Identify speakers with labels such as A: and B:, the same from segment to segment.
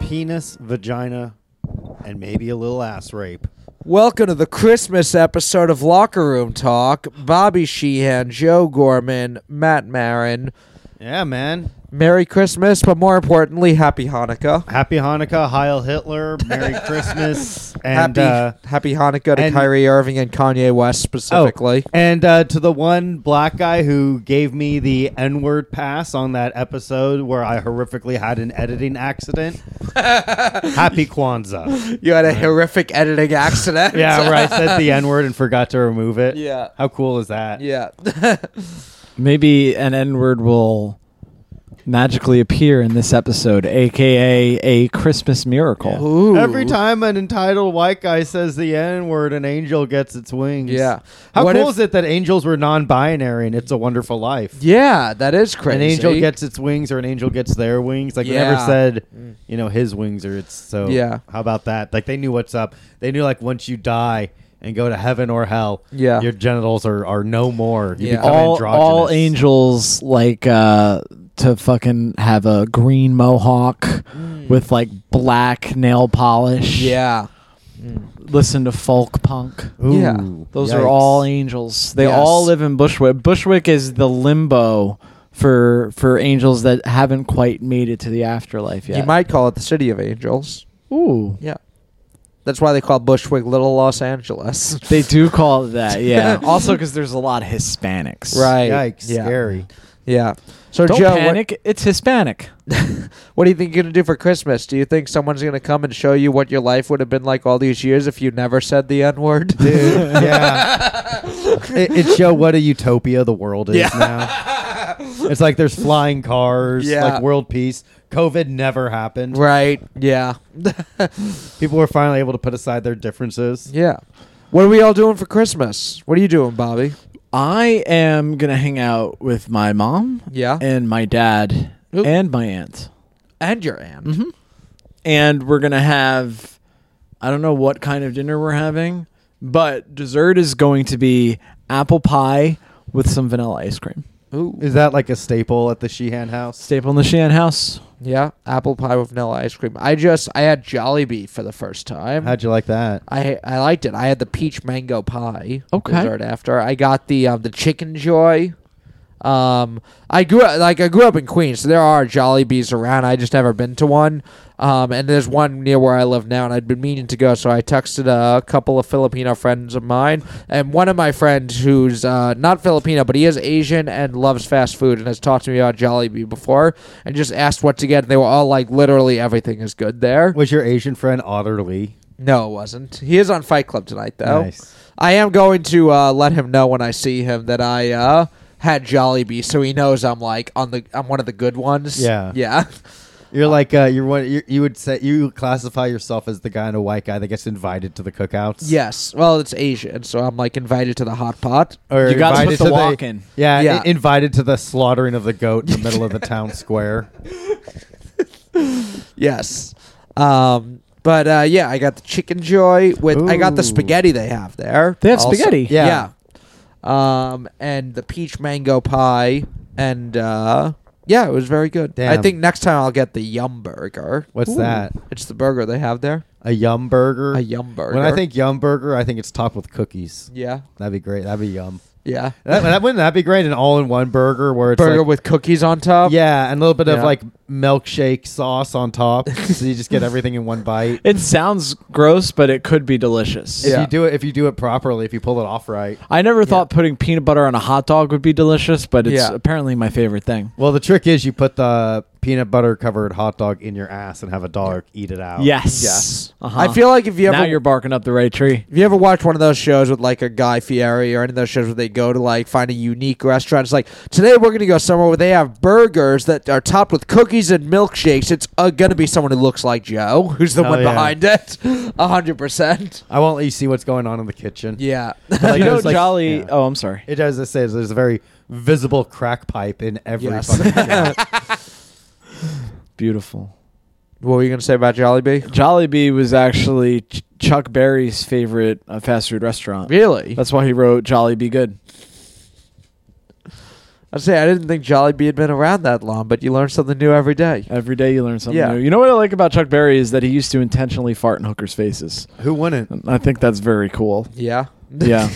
A: penis, vagina, and maybe a little ass rape.
B: Welcome to the Christmas episode of Locker Room Talk. Bobby Sheehan, Joe Gorman, Matt Marin.
A: Yeah, man.
B: Merry Christmas, but more importantly, Happy Hanukkah.
A: Happy Hanukkah, Heil Hitler, Merry Christmas, and
B: happy,
A: uh,
B: happy Hanukkah to
A: and-
B: Kyrie Irving and Kanye West specifically.
A: Oh, and uh, to the one black guy who gave me the N word pass on that episode where I horrifically had an editing accident. Happy Kwanzaa.
B: You had a horrific editing accident.
A: Yeah, where I said the N word and forgot to remove it.
B: Yeah.
A: How cool is that?
B: Yeah.
C: Maybe an N word will magically appear in this episode, aka a Christmas miracle.
B: Ooh.
A: Every time an entitled white guy says the N word, an angel gets its wings.
B: Yeah.
A: How
B: What
A: cool
B: if-
A: is it that angels were non binary and it's a wonderful life?
B: Yeah, that is crazy.
A: An angel gets its wings or an angel gets their wings. Like they never
B: Yeah. Mm.
A: said, you know, his wings or its. So
B: Yeah.
A: how about that? Like they knew what's up. They knew like once you die and go to heaven or hell,
B: Yeah.
A: your genitals are, are no more. You
B: Yeah.
A: become
C: All,
A: androgynous.
C: all angels like uh, to fucking have a green mohawk with like black nail polish.
B: Mm. Yeah.
A: Mm,
C: Listen to folk punk.
A: Ooh,
B: Yeah.
C: Those
A: yikes.
C: are all angels. They
B: Yes.
C: all live in Bushwick. Bushwick is the limbo for for angels that haven't quite made it to the afterlife yet.
B: You might call it the City of Angels.
C: Ooh.
B: Yeah. That's why they call Bushwick Little Los Angeles.
C: They do call it that, yeah. also, because there's a lot of Hispanics.
B: right.
A: Yikes.
B: Yeah.
A: Scary.
B: Yeah. So
C: Don't
B: Joe, what-
C: panic. It's Hispanic.
B: What do you think you're going to do for Christmas? Do you think someone's going to come and show you what your life would have been like all these years if you never said the N word?
A: Dude, yeah. it, it show what a utopia the world is now. It's like there's flying cars,
B: Yeah.
A: like world peace. COVID never happened.
B: right. Yeah.
A: People were finally able to put aside their differences.
B: yeah. What are we all doing for Christmas? What are you doing, Bobby?
C: I am going to hang out with my mom
B: Yeah.
C: and my dad
B: Oop.
C: and my aunt.
B: And your aunt.
C: And we're going to have, I don't know what kind of dinner we're having, but dessert is going to be apple pie with some vanilla ice cream.
B: Ooh.
A: Is that like a staple at the Sheehan house?
C: Staple in the Shan house.
B: Yeah. Apple pie with vanilla ice cream. I just, I had Jollibee for the first time.
A: How'd you like that?
B: I I liked it. I had the peach mango pie
C: Okay.
B: dessert after. I got the um, the chicken joy. Um, I grew up like I grew up in Queens, so there are Jollibees around. I just never been to one. Um, and there's one near where I live now, and I'd been meaning to go. So I texted a couple of Filipino friends of mine, and one of my friends who's uh, not Filipino, but he is Asian and loves fast food, and has talked to me about Jollibee before, and just asked what to get. And they were all like, literally everything is good there.
A: Was your Asian friend Otterly?
B: No, it wasn't. He is on Fight Club tonight, though.
A: Nice.
B: I am going to uh, let him know when I see him that I uh, had Jollibee, so he knows I'm like on the I'm one of the good ones.
A: Yeah.
B: yeah,
A: You're like uh, you're one. you you would say you would classify yourself as the guy and a white guy that gets invited to the cookouts.
B: yes. Well, it's Asian, so I'm like invited to the hot pot.
A: or
C: You gotta
A: invited
C: put the
A: to
C: walk in.
A: Yeah, i-
B: Yeah.
A: invited to the slaughtering of the goat in the middle of the town square.
B: Yes, um, but uh, yeah, I got the chicken joy with I got the
A: Ooh.
B: spaghetti they have there.
C: They have
B: also.
C: spaghetti.
B: Yeah. Um, and the peach mango pie, and uh, yeah, it was very good. I
A: Damn.
B: think next time I'll get the yum burger.
A: What's that?
B: It's the burger they have there.
A: A yum burger.
B: A yum burger.
A: When I think yum burger, I think it's topped with cookies.
B: Yeah.
A: That'd be great. That'd be yum.
B: Yeah.
A: That, that- wouldn't that be great? An all-in-one burger where it's
B: burger
A: like-
B: with cookies on top.
A: yeah, and a little bit of
B: Yeah.
A: like milkshake sauce on top, so you just get everything in one bite.
C: It sounds gross, but it could be delicious.
A: If
B: Yeah.
A: you do it, if you do it properly, if you pull it off right.
C: I never thought putting peanut butter on a hot dog would be delicious, but it's
B: Yeah.
C: apparently my favorite thing.
A: Well, the trick is you put the peanut butter covered hot dog in your ass and have a dog eat it out.
C: Oh, Yes.
B: Yes.
C: Uh-huh.
B: I feel like if you
C: now
B: ever
C: you're barking up the right tree.
B: if you ever watch one of those shows with like a Guy Fieri or any of those shows where they go to like find a unique restaurant, it's like today we're gonna go somewhere where they have burgers that are topped with cookies and milkshakes. It's uh, gonna be someone who looks like Joe, who's the
A: Oh,
B: one
A: yeah.
B: behind it, a hundred percent.
A: I won't let you see what's going on in the kitchen.
B: Yeah.
A: Like,
C: you know,
A: there's, like-
C: Jolly.
A: yeah.
C: Oh, I'm sorry.
A: It does. It says there's a very visible crack pipe in every
B: Yes.
A: fucking show.
C: Beautiful.
B: what were you gonna say about Jollibee?
C: Jollibee was actually Ch- Chuck Berry's favorite uh, fast food restaurant.
B: Really?
C: That's why he wrote Jolly Be Good.
B: I say I didn't think Jollibee had been around that long, but you learn something new every day.
C: Every day you learn something
B: Yeah.
C: new. You know what I like about Chuck Berry is that he used to intentionally fart in hookers' faces.
A: Who wouldn't?
C: And I think that's very cool.
B: Yeah.
C: Yeah.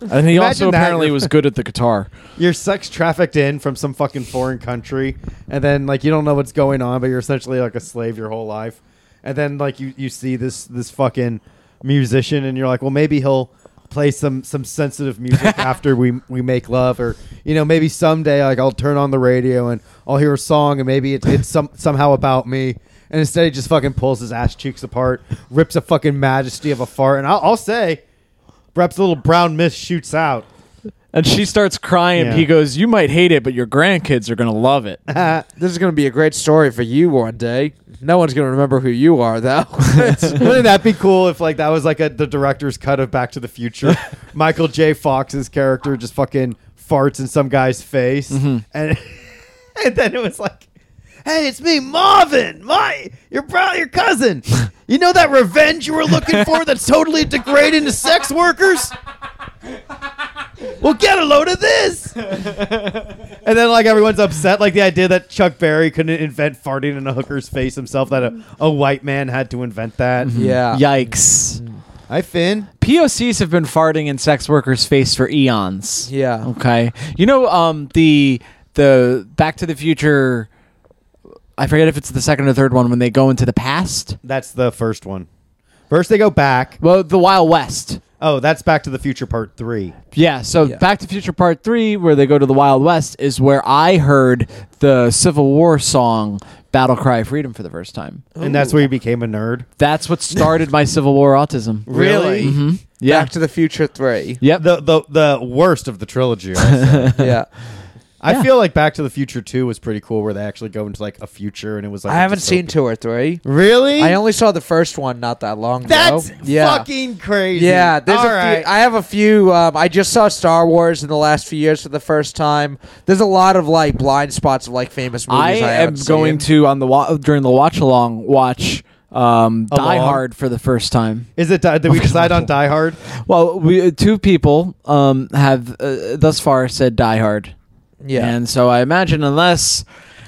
C: And he
A: Imagine
C: also
A: that.
C: apparently was good at the guitar.
A: You're sex trafficked in from some fucking foreign country, and then like you don't know what's going on, but you're essentially like a slave your whole life. And then like you you see this this fucking musician, and you're like, well, maybe he'll play some some sensitive music after we we make love, or you know maybe someday like I'll turn on the radio and I'll hear a song, and maybe it's it's some somehow about me. And instead, he just fucking pulls his ass cheeks apart, rips a fucking majesty of a fart, and I'll, I'll say, perhaps a little brown mist shoots out.
C: And she starts crying.
A: Yeah.
C: He goes, You might hate it, but your grandkids are going to love it.
B: This is going to be a great story for you one day. No one's going to remember who you are, though.
A: Wouldn't that be cool if like that was like a, the director's cut of Back to the Future? Michael J. Fox's character just fucking farts in some guy's face, and and then it was like, "Hey, it's me, Marvin, my your bro, your cousin. You know that revenge you were looking for? That's totally degrading to sex workers." Well, get a load of this, and then like everyone's upset, like the idea that Chuck Berry couldn't invent farting in a hooker's face himself—that a, a white man had to invent that.
B: Mm-hmm. yeah.
C: Yikes.
A: Hi, Finn.
C: POCs have been farting in sex workers' face for eons.
B: Yeah.
C: Okay. You know, um, the the Back to the Future. I forget if it's the second or third one when they go into the past.
A: That's the first one. First, they go back.
C: Well, the Wild West.
A: Oh, that's Back to the Future Part Three.
C: Yeah. So
B: Yeah.
C: Back to the Future Part Three, where they go to the Wild West, is where I heard the Civil War song "Battle Cry of Freedom" for the first time.
A: And that's where you became a nerd.
C: That's what started my Civil War autism.
A: Really? Mm-hmm.
C: hmm Yeah.
B: Back to the Future 3.
C: yep.
A: The the the worst of the trilogy. also.
B: yeah.
A: I
C: Yeah.
A: feel like Back to the Future Two was pretty cool, where they actually go into like a future, and it was like
B: I
A: a
B: haven't seen
A: dystopian-
B: 2 or 3.
A: Really?
B: I only saw the first one not that long
A: that's
B: ago. Yeah.
A: fucking crazy.
B: Yeah, there's
A: All
B: a
A: right.
B: few, I have a few. Um, I just saw Star Wars in the last few years for the first time. There's a lot of like blind spots of like famous movies. I,
C: I, am
B: haven't
C: going
B: seen.
C: to on the wa- during the watch along watch um, Die
A: Along?
C: Hard for the first time.
A: Is it? Di- Did we decide on Die Hard?
C: Well, we uh, two people um, have uh, thus far said Die Hard.
B: Yeah,
C: And so I imagine unless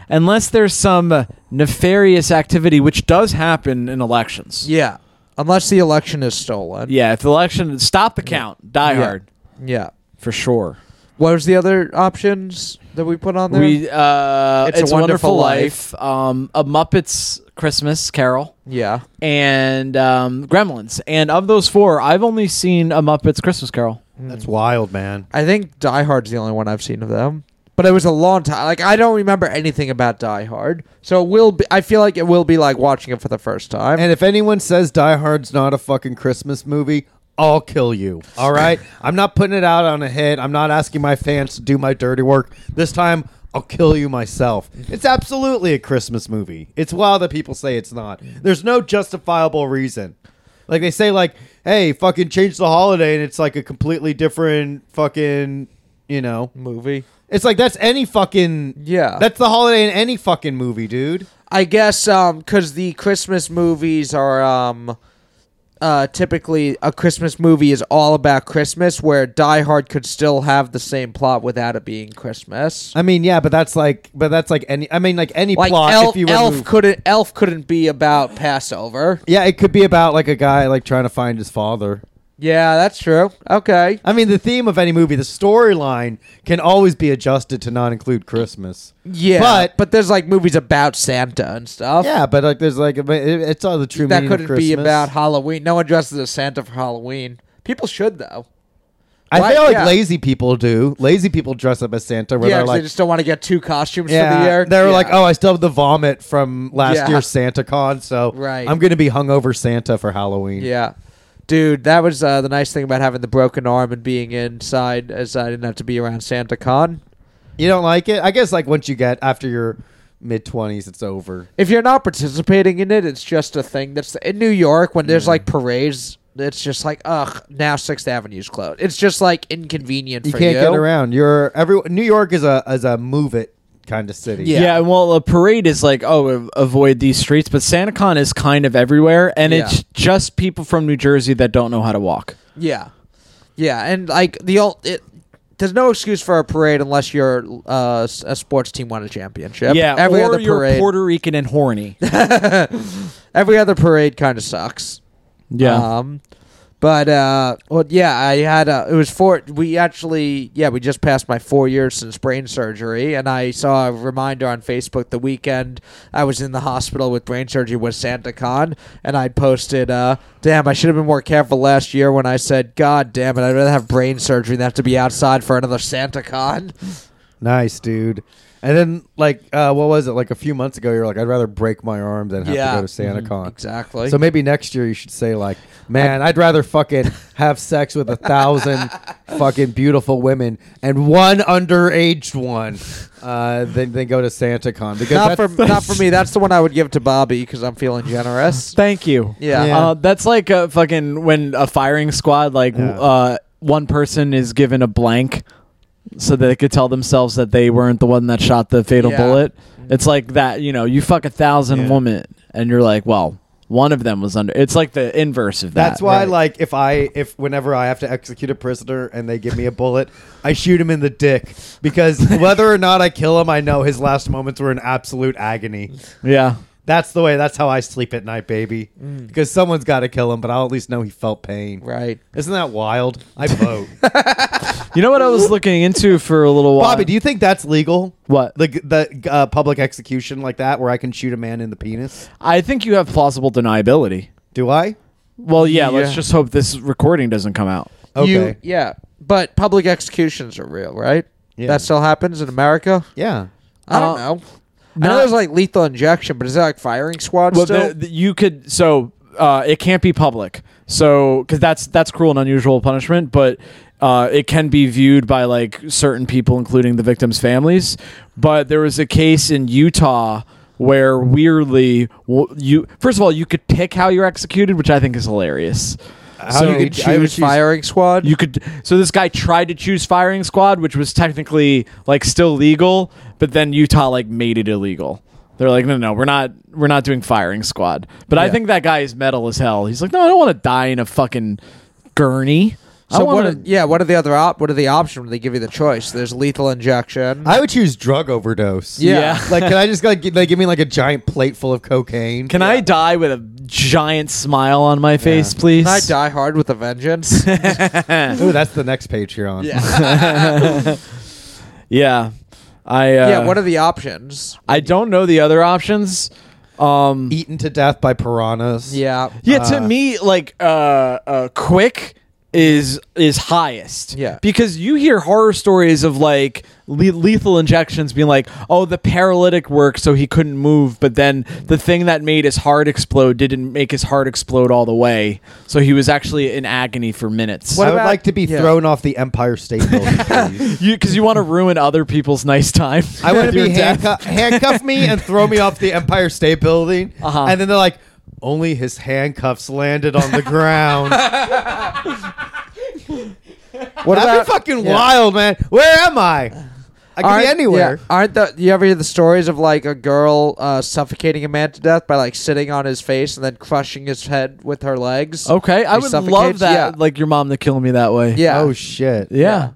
C: unless there's some nefarious activity which does happen in elections.
B: yeah. Unless the election is stolen.
C: Yeah, if the election stop the count, Die
B: Yeah.
C: Hard
B: Yeah.
C: for sure.
B: What was the other options that we put on there?
C: We uh
B: It's a Wonderful
C: Life, um a Muppets Christmas Carol
B: yeah.
C: and um Gremlins. And of those four, I've only seen a Muppets Christmas Carol.
B: Hmm.
A: That's wild, man.
B: I think Die Hard's the only one I've seen of them. But it was a long time. Like I don't remember anything about Die Hard, so it will. Be, I feel like it will be like watching it for the first time.
A: And if anyone says Die Hard's not a fucking Christmas movie, I'll kill you. All right? I'm not putting it out on a hit. I'm not asking my fans to do my dirty work. This time, I'll kill you myself. It's absolutely a Christmas movie. It's wild that people say it's not. There's no justifiable reason. Like they say, like, hey, fucking change the holiday, and it's like a completely different fucking, you know.
B: movie.
A: It's like that's any fucking
B: Yeah.
A: That's the holiday in any fucking movie, dude.
B: I guess um 'cause cuz the Christmas movies are um uh typically a Christmas movie is all about Christmas where Die Hard could still have the same plot without it being Christmas.
A: I mean, yeah, but that's like, but that's like any. I mean, like any
B: Like
A: plot. if
B: Elf,
A: you
B: Elf
A: remove-
B: couldn't Elf couldn't be about Passover.
A: yeah, it could be about like a guy like trying to find his father.
B: Yeah, that's true. Okay.
A: I mean, the theme of any movie, the storyline can always be adjusted to not include Christmas.
B: Yeah.
A: But-
B: But but there's like movies about Santa and stuff.
A: Yeah, but like, there's like, it- it's all the true
B: That
A: meaning of
B: couldn't be
A: Christmas.
B: about Halloween. No one dresses as Santa for Halloween. People should though.
A: I
B: Right,
A: feel like
B: yeah.
A: lazy people do. Lazy people dress up as Santa. Where
B: yeah,
A: they're
B: 'cause
A: like,
B: they just don't want to get two costumes
A: yeah,
B: for the year.
A: they're
B: Yeah.
A: like, oh, I still have the vomit from last
B: Yeah.
A: year's Santa Con, so
B: Right.
A: I'm gonna be hungover Santa for Halloween.
B: Yeah. Dude, that was uh, the nice thing about having the broken arm and being inside, as I didn't have to be around Santa Con.
A: You don't like it? I guess like once you get after your mid twenties, it's over.
B: If you're not participating in it, it's just a thing that's in New York when
A: Mm.
B: there's like parades. It's just like, ugh, now Sixth Avenue's closed. It's just like inconvenient
A: you
B: for
A: can't
B: you.
A: get around. You're every New York is a is a move it kind of city.
B: Yeah.
C: Yeah. well, a parade is like, oh, a- avoid these streets, but SantaCon is kind of everywhere, and
B: Yeah.
C: it's just people from New Jersey that don't know how to walk.
B: Yeah, yeah, and like the old it, there's no excuse for a parade unless your uh, s- a sports team won a championship.
C: yeah,
B: every
C: or
B: other
C: you're
B: parade,
C: Puerto Rican and horny.
B: every other parade kind of sucks. Um, but uh, well, yeah, I had a. It was four. We actually, yeah, we just passed my four years since brain surgery, and I saw a reminder on Facebook the weekend I was in the hospital with brain surgery with SantaCon, and I posted, uh, "Damn, I should have been more careful last year when I said, God damn it, I'd rather have brain surgery than have to be outside for another SantaCon."
A: Nice, dude. And then, like, uh, what was it? Like a few months ago, you're like, I'd rather break my arm than have
B: Yeah. Mm-hmm.
A: to go to SantaCon.
B: Exactly.
A: So maybe next year you should say like, man, I'd rather fucking have sex with a thousand fucking beautiful women and one underaged one uh, than than go to SantaCon because
B: not for
A: that's-
B: not for me. That's the one I would give to Bobby because I'm feeling generous.
C: Thank you.
B: Yeah.
A: Yeah.
C: Uh, that's like a fucking when a firing squad, like w
A: Yeah.
C: uh, one person is given a blank so that they could tell themselves that they weren't the one that shot the fatal
B: Yeah.
C: bullet. It's like that, you know, you fuck a thousand
A: Yeah.
C: women and you're like, well, one of them was under. It's like the inverse of that.
A: That's why,
B: right.
A: like, if I if whenever I have to execute a prisoner and they give me a bullet, I shoot him in the dick because whether or not I kill him, I know his last moments were in absolute agony.
C: Yeah.
A: That's the way. That's how I sleep at night, baby. Because someone's got to kill him, but I'll at least know he felt pain.
B: Mm. Right.
A: Isn't that wild? I vote.
C: You know what I was looking into for a little while?
A: Bobby, do you think that's legal?
C: What?
A: The the uh, public execution like that, where I can shoot a man in the penis?
C: I think you have plausible deniability.
A: Do I?
C: Well, yeah, let's
B: Yeah.
C: just hope this recording doesn't come out.
A: Okay.
B: You, yeah, but public executions are real, right?
A: Yeah.
B: That still happens in America.
A: yeah.
B: I don't know.
C: Uh,
B: I know
C: not-
B: there's like lethal injection, but is that like firing squad
C: Well,
B: still?
C: the, the- you could so uh, it can't be public, so because that's that's cruel and unusual punishment, but uh, it can be viewed by like certain people, including the victims' families. But there was a case in Utah where weirdly w- you first of all you could pick how you're executed, which I think is hilarious.
A: How
C: So-
A: do
B: you could choose,
A: I would choose-
B: firing squad.
C: You could. So this guy tried to choose firing squad, which was technically like still legal, but then Utah like made it illegal. They're like, no, no, no, we're not, we're not doing firing squad. But I
B: Yeah.
C: think that guy is metal as hell. He's like, no, I don't want to die in a fucking gurney. I
B: so what? Are,
C: want to.
B: yeah, what are the other op? What are the options? They give you the choice. There's lethal injection.
A: I would choose drug overdose.
B: Yeah.
A: like, can I just like g- like give me like a giant plate full of cocaine?
C: Can I die with a giant smile on my face,
A: Yeah.
C: please?
B: Can I die hard with a vengeance?
A: Ooh, that's the next page here on.
C: Yeah, I. Uh,
B: yeah. What are the options?
C: I don't know the other options. Um,
A: Eaten to death by piranhas.
B: Yeah.
C: Yeah, to
A: Uh,
C: me, like uh, uh, quick is is highest.
B: Yeah.
C: because you hear horror stories of like le- lethal injections being like, oh, the paralytic worked, so he couldn't move, but then the thing that made his heart explode didn't make his heart explode all the way, so he was actually in agony for minutes.
A: I
B: What
A: would
B: about-
A: like to be
B: yeah.
A: thrown off the Empire State Building. please.
C: You because you want to ruin other people's nice time.
A: I want to
C: with
A: be
C: your death.
A: handcuff, handcuff me and throw me off the Empire State Building,
C: Uh-huh.
A: and then they're like, "Only his handcuffs landed on the ground." That'd
B: What
A: be
B: about
A: fucking
B: yeah.
A: wild, man. Where am I? I could be
B: Aren't-
A: anywhere.
B: yeah, aren't the you ever hear the stories of like a girl uh, suffocating a man to death by like sitting on his face and then crushing his head with her legs?
C: Okay, I
B: He
C: would love
B: suffocates,
C: that.
B: yeah.
C: Like your mom to kill me that way.
B: Yeah.
A: Oh shit.
C: yeah.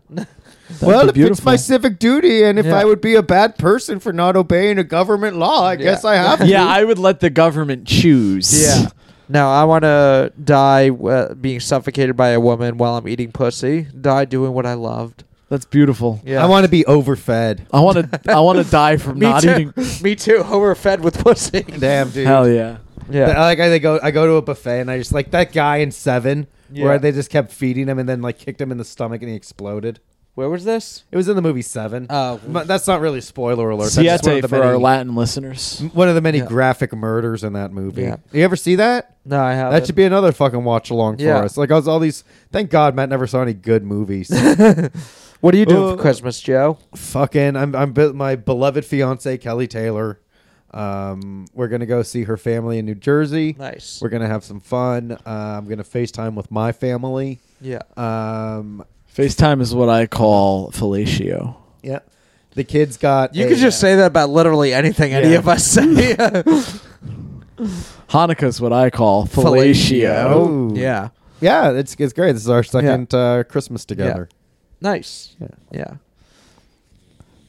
A: well,
C: be
A: if it's my
C: beautiful.
A: civic duty, and if
B: Yeah.
A: I would be a bad person for not obeying a government law, I guess I have to.
C: yeah, I would let the government choose.
B: Yeah. No, I want to die uh, being suffocated by a woman while I'm eating pussy. Die doing what I loved.
C: that's beautiful.
B: Yeah.
A: I want to be overfed.
C: I want to. I want to die from
B: me
C: not
B: too.
C: eating.
B: Me too. Overfed with pussy.
A: Damn, dude.
C: Hell yeah.
A: Th-
B: yeah.
A: Like I they go, I go to a buffet and I just like that guy in Seven,
B: Yeah.
A: where they just kept feeding him and then like kicked him in the stomach and he exploded.
B: Where was this?
A: It was in the movie Seven.
B: Oh.
A: M- that's not really a spoiler alert. That's just one of
C: Siete
A: the
C: for
A: many, Mm.
C: our Latin listeners.
A: one of the many
B: Yeah.
A: graphic murders in that movie.
B: Yeah.
A: You ever see that?
B: No, I haven't.
A: That should be another fucking watch along
B: Yeah.
A: for us. Like I was all these. Thank God Matt never saw any good movies.
B: what are you doing
A: Uh,
B: for Christmas, Joe?
A: fucking I'm I'm be- my beloved fiance Kelly Taylor. Um, we're gonna go see her family in New Jersey.
B: Nice.
A: We're gonna have some fun. Uh, I'm gonna FaceTime with my family.
B: Yeah.
A: Um,
C: FaceTime is what I call fellatio.
A: yeah, the kids got.
B: You
A: a- uh,
B: could just say that about literally anything any
A: Yeah.
B: of us say.
C: Hanukkah is what I call fellatio.
A: Fellatio.
B: Yeah.
A: Yeah, it's it's great. This is our second uh, Christmas together.
B: Nice.
A: Yeah.
B: Yeah.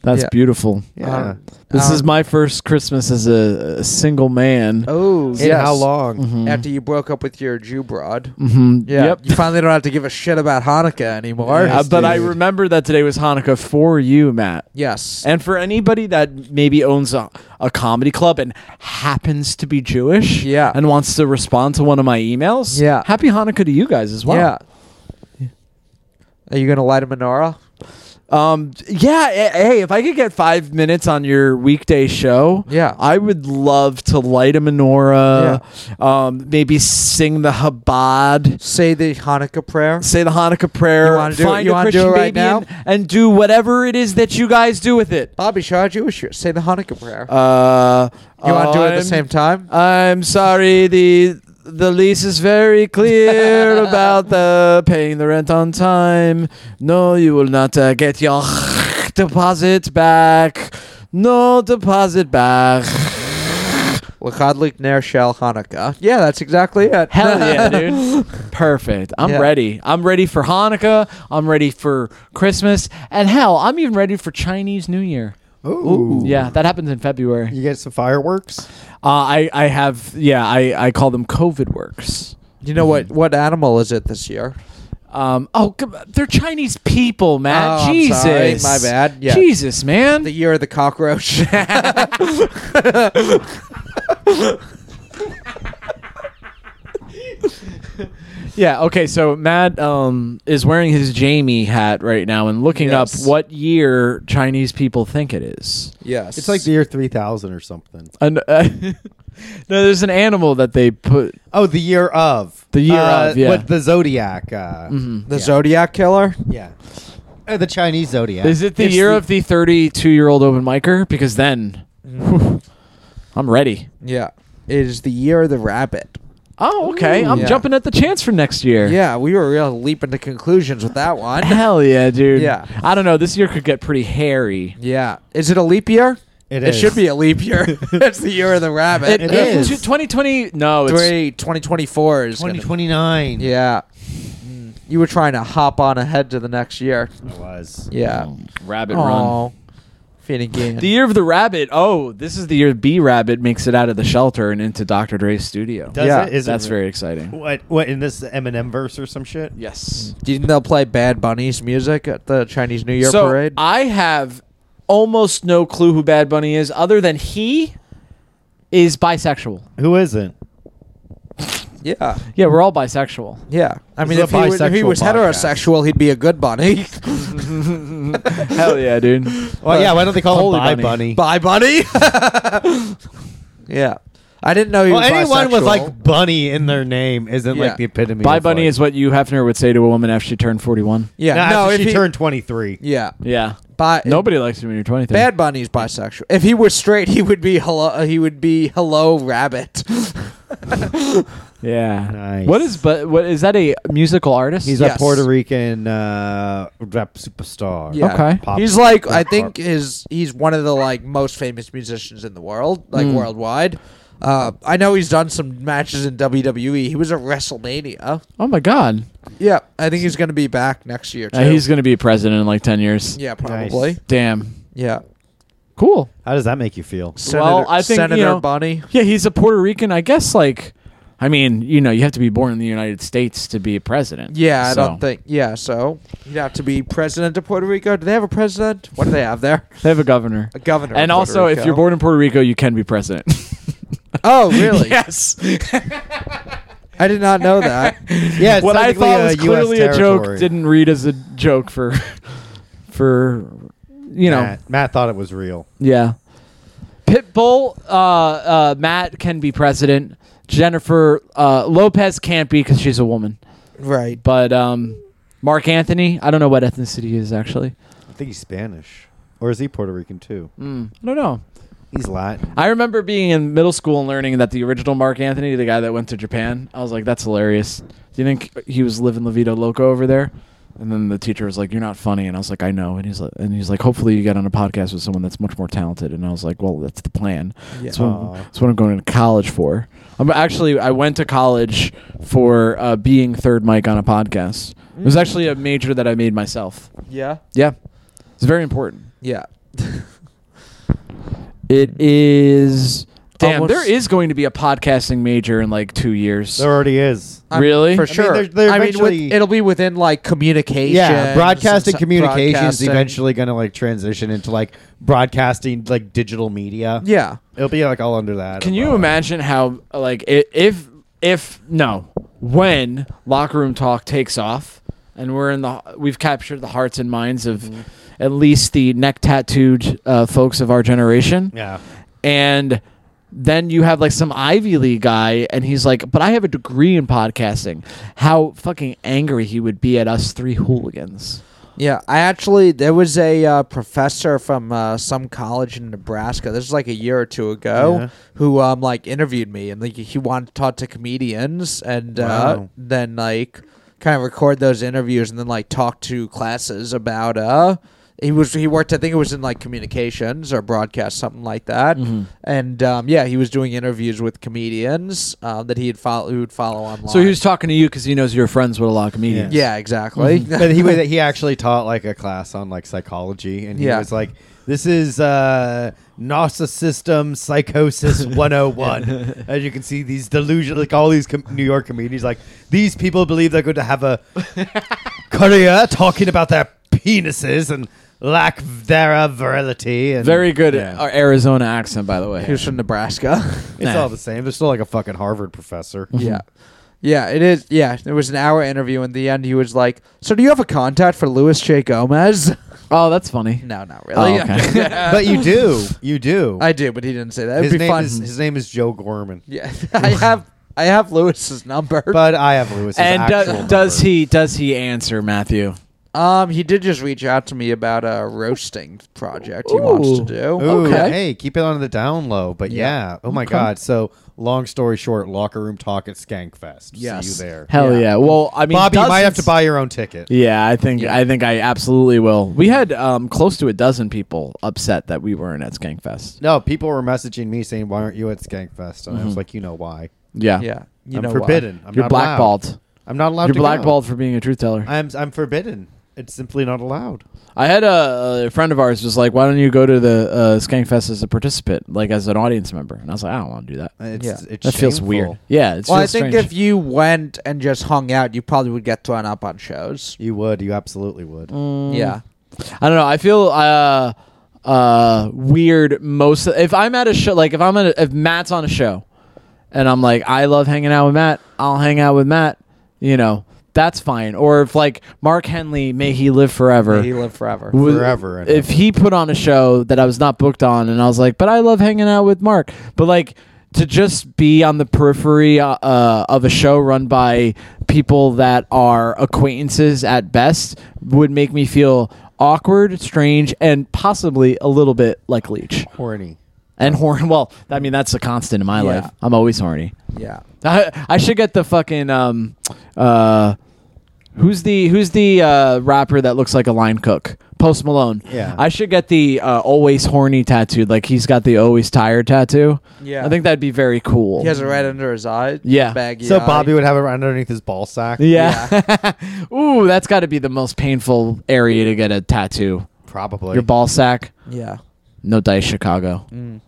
C: That's
B: Yeah.
C: beautiful.
A: Yeah.
B: Um,
C: This
B: Um,
C: is my first Christmas as a, a single man.
B: Oh,
A: In
B: yes.
A: how long? Mm-hmm.
C: Mhm.
B: After you broke up with your Jew broad.
C: Mhm.
B: Yeah.
C: Yep.
B: You finally don't have to give a shit about Hanukkah anymore.
A: Yeah.
C: Uh, but I
A: dude.
C: remember that today was Hanukkah for you, Matt.
B: yes.
C: And for anybody that maybe owns a, a comedy club and happens to be Jewish
B: Yeah.
C: and wants to respond to one of my emails,
B: Yeah.
C: happy Hanukkah to you guys as well.
B: Yeah. Are you gonna light a menorah?
C: Um, yeah. eh, Hey, if I could get five minutes on your weekday show,
B: Yeah.
C: I would love to light a menorah. Um, maybe sing the Habad,
B: Say the Hanukkah prayer.
C: say the Hanukkah prayer,
B: You wanna do it-
C: find
B: you
C: a
B: wanna do
C: Christian
B: it right
C: baby,
B: now?
C: and, and do whatever it is that you guys do with it.
B: Bobby Shaw, Jewish. year. Say the Hanukkah prayer.
C: Uh,
B: you want to do it at the
C: I'm-
B: same time?
C: I'm sorry. The the lease is very clear about the paying the rent on time. No, you will not uh, get your deposit back. No deposit back.
B: Lachadlik ner shel Hanukkah. Yeah, that's exactly it.
C: Hell yeah, dude. Perfect. I'm
B: Yeah.
C: ready. I'm ready for Hanukkah. I'm ready for Christmas. And hell, I'm even ready for Chinese New Year.
B: Mm-hmm.
A: Ooh.
C: Yeah, that happens in February.
A: You get some fireworks?
C: Uh, I, I have, yeah, I, I call them COVID works.
B: You know what? What animal is it this year?
C: Um, oh, come on. they're Chinese people, Matt.
B: Oh, I'm
C: Jesus,
B: sorry. My bad. Yeah.
C: Jesus, man.
B: The year of the cockroach.
C: yeah. Okay. So Matt um, is wearing his Jamie hat right now and looking
B: Yes.
C: up what year Chinese people think it is.
B: yes.
A: It's like the year 3000 or something.
C: An- uh, no, there's an animal that they put.
A: Oh, the year of.
C: The year
A: Uh,
C: of, yeah. Mm-hmm.
A: What, the Zodiac. Uh,
B: the Zodiac killer.
A: Yeah. Uh, the Chinese Zodiac.
C: Is it the
B: It's
C: year
B: the-
C: of the 32 year old open micer? Because then, whew, I'm ready.
B: Yeah. It is the year of the rabbit.
C: Oh, okay. I'm
B: Yeah.
C: jumping at the chance for next year.
B: Yeah, we were real leaping to conclusions with that one.
C: Hell yeah, dude.
B: Yeah.
C: I don't know. This year could get pretty hairy.
B: Yeah. Is it a leap year?
A: It
B: It
A: is.
B: should be a leap year. it's the year of the rabbit.
A: It is.
C: Tw- 2020. No, it's
B: Three, 2024 is gonna-
A: 2029.
B: Yeah. Mm. You were trying to hop on ahead to the next year.
A: It was.
B: Yeah.
C: Rabbit
B: Oh. Finnegan.
C: The year of the rabbit. Oh, this is the year B Rabbit makes it out of the shelter and into Dr. Dre's studio.
A: Does
B: Yeah,
A: it? Is
C: That's
A: it,
C: very exciting. Mm.
A: What, what, in this Eminem verse or some shit?
C: Yes.
B: Do you think they'll play Bad Bunny's music at the Chinese New Year
C: so
B: parade?
C: I have almost no clue who Bad Bunny is, other than he is bisexual.
A: Who isn't?
B: yeah.
C: Yeah, we're all bisexual.
B: Yeah. I
A: This
B: mean,
A: is a
B: if he, was, if he
A: bisexual
B: was
A: podcast.
B: heterosexual, he'd be a good bunny.
C: Hell yeah, dude.
A: Well, yeah, why don't they call
C: Holy
A: him Bye
C: Bunny.
A: Bunny?
B: Bye, bunny. yeah. I didn't know he
A: Well,
B: was
A: anyone
B: bisexual.
A: with like Bunny in their name isn't
B: Yeah.
A: like the epitome.
C: Bye
A: of,
C: Bunny
A: like-
C: is what you Hefner would say to a woman after she turned 41.
A: No,
B: Yeah.
A: after
B: if
A: she
B: he,
A: turned 23.
B: Yeah.
C: Yeah.
B: Bi-
C: Nobody likes you when you're 23.
B: Bad Bunny's bisexual. If he was straight, he would be hello. He would be hello rabbit.
C: Yeah.
A: Nice.
C: What is but what is that a musical artist?
A: He's
B: Yes.
A: a Puerto Rican uh, rap superstar.
B: Yeah.
C: Okay.
A: Pop-
B: he's like I
A: pop-
B: think is he's one of the like most famous musicians in the world, like
C: Hmm.
B: worldwide. Uh, I know he's done some matches in WWE. He was at WrestleMania.
C: Oh my god.
B: Yeah, I think he's going to be back next year too.
C: Uh, he's going to be president in like 10 years.
B: yeah,
A: Nice.
B: probably.
C: Damn.
B: Yeah.
C: Cool.
A: How does that make you feel?
B: Senator,
C: I think, you
B: Senator
C: know-
B: Bunny.
C: Yeah, he's a Puerto Rican. I guess like I mean, you know, you have to be born in the United States to be a president.
B: Yeah, I
C: So-
B: don't think. Yeah, so he'd have to be president of Puerto Rico. Do they have a president? What do they have there?
C: They have a governor.
B: A governor. of
C: and
B: Puerto
C: also, if
B: Rico.
C: you're born in Puerto Rico, you can be president.
B: Oh, really?
C: yes.
B: I did not know that.
A: Yeah, it's
C: what I
A: technically
C: thought
A: a
C: was
A: US
C: clearly a joke
A: territory.
C: didn't read as a joke for for you know,
A: Matt, Matt thought it was real.
C: Yeah. Pitbull, uh, uh, Matt can be president. Jennifer uh, Lopez can't be because she's a woman.
B: right.
C: But um, Mark Anthony, I don't know what ethnicity he is actually.
A: I think he's Spanish, or is he Puerto Rican too?
C: Hmm. I don't know.
A: He's Latin.
C: Mm. I remember being in middle school and learning that the original Mark Anthony, the guy that went to Japan, I was like, that's hilarious. Do you think he was living La Vida Loca over there? And then the teacher was like, "You're not funny," and I was like, "I know." And he's like, "And he's like, hopefully you get on a podcast with someone that's much more talented." And I was like, "Well, that's the plan. That's, what I'm,
A: Aw.
C: that's what I'm going to college for." I'm actually I went to college for uh, being third mic on a podcast. It was actually a major that I made myself.
B: Yeah.
C: Yeah, it's very important.
B: Yeah.
C: It is. Damn,
B: Almost-
C: there is going to be a podcasting major in like two years.
A: There already is.
C: Really?
B: For
C: I mean,
B: sure. I
A: they're-
B: mean,
A: they're
B: with-
A: eventually-
B: it'll be within like communication.
A: Yeah, broadcasting communications
B: broadcasting.
A: eventually going to like transition into like broadcasting, like digital media.
B: Yeah.
A: it'll be like all under that.
C: Can you
A: umbrella.
C: imagine how like i- if if no when locker room talk takes off and we're in the we've captured the hearts and minds of
A: Mm-hmm.
C: at least the neck tattooed uh, folks of our generation
A: Yeah,
C: and then you have like some Ivy League guy, and he's like, "But I have a degree in podcasting." How fucking angry he would be at us three hooligans!
B: Yeah, I actually there was a uh, professor from uh, some college in Nebraska. This was like a year or two ago,
A: Yeah.
B: who um like interviewed me and like he wanted to talk to comedians and uh,
A: Wow.
B: then like kind of record those interviews and then like talk to classes about uh he was he worked I think it was in like communications or broadcast something like that
A: Mm-hmm.
B: and um, yeah he was doing interviews with comedians uh, that he had follow who would follow online.
C: So he was talking to you because he knows you're friends with a lot of comedians.
B: yeah exactly
A: Mm-hmm. but he was he actually taught like a class on like psychology, and he
B: Yeah.
A: was like, "This is uh, narcissism psychosis 101." As you can see, these delusion, like all these com- New York comedians, like these people believe they're going to have a career talking about their penises and lack thereof virility. And
C: Very good
A: Yeah.
C: uh, Arizona accent, by the way.
B: he was from Nebraska.
A: It's
C: Nah.
A: all the same. They're still like a fucking Harvard professor.
B: Yeah. Yeah, it is. Yeah, it was an hour interview. In the end, he was like, "So, do you have a contact for Luis J. Gomez?"
C: Oh, that's funny.
B: no, not really.
C: Oh, okay.
A: but you do, you do.
B: I do, but he didn't say that. It'd
A: his
B: be
A: name
B: fun.
A: is his name is Joe Gorman.
B: yeah, I have, I have Lewis's number.
A: But I have Lewis's
C: and
A: actual
C: do, does
A: number.
C: he does he answer Matthew?
B: um, he did just reach out to me about a roasting project he wants to
C: Ooh.
B: do.
A: Ooh,
C: Okay.
A: hey, keep it on the down low. But yeah, oh my god. So long story short, locker room talk at Skankfest.
B: Yes.
A: See you there,
C: Hell yeah.
B: Yeah.
C: Well, I mean,
A: Bobby. You might have to
C: dozens-
A: buy your own ticket.
C: Yeah, I think
B: Yeah.
C: I think I absolutely will. We had um, close to a dozen people upset that we weren't at Skankfest.
A: No, people were messaging me saying, "Why aren't you at Skankfest?" And I
C: Mm-hmm.
A: was like, "You know why?
C: Yeah,
B: Yeah, you
A: I'm
B: know why.
A: forbidden. I'm
C: you're
A: not allowed.
C: blackballed.
A: I'm not allowed
C: You're
A: to go.
C: blackballed for being a truth teller.
A: I'm I'm forbidden. It's simply not allowed.
C: I had a, a friend of ours was like, "Why don't you go to the uh, Skankfest as a participant, like as an audience member?" And I was like, "I don't want to do that.
A: It's,
B: Yeah.
A: it's
C: that feels
A: shameful.
C: weird." Yeah, it's
B: Well, I think if you went and just hung out, you probably would get thrown up on shows.
A: You would. You absolutely would.
B: Yeah,
C: I don't know. I feel uh uh weird most if I'm at a show like if I'm at a, if Matt's on a show and I'm like I love hanging out with Matt, I'll hang out with Matt, you know. That's fine. Or if like Mark Henley, may he live forever.
B: he lived forever.
C: w-
A: Forever and
C: If
A: ever.
C: he put on a show that I was not booked on, and I was like, but I love hanging out with Mark. But like to just be on the periphery uh, uh, of a show run by people that are acquaintances at best would make me feel awkward, strange, and possibly a little bit like Leech
A: Horny.
C: and horn. Well, I mean that's a constant in my
B: Yeah.
C: life. I'm always horny.
B: Yeah.
C: I, I should get the fucking um uh who's the who's the uh rapper that looks like a line cook? Post Malone.
A: Yeah.
C: I should get the uh, always horny tattooed. Like he's got the always tired tattoo.
B: Yeah.
C: I think that'd be very cool.
B: He has it right under his eye.
C: Yeah.
B: Baggy
A: So
B: eye.
A: Bobby would have it underneath his ball sack.
C: yeah. Ooh, that's got to be the most painful area to get a tattoo.
A: Probably.
C: Your ball sack.
B: Yeah.
C: No dice, Chicago.
B: Mm.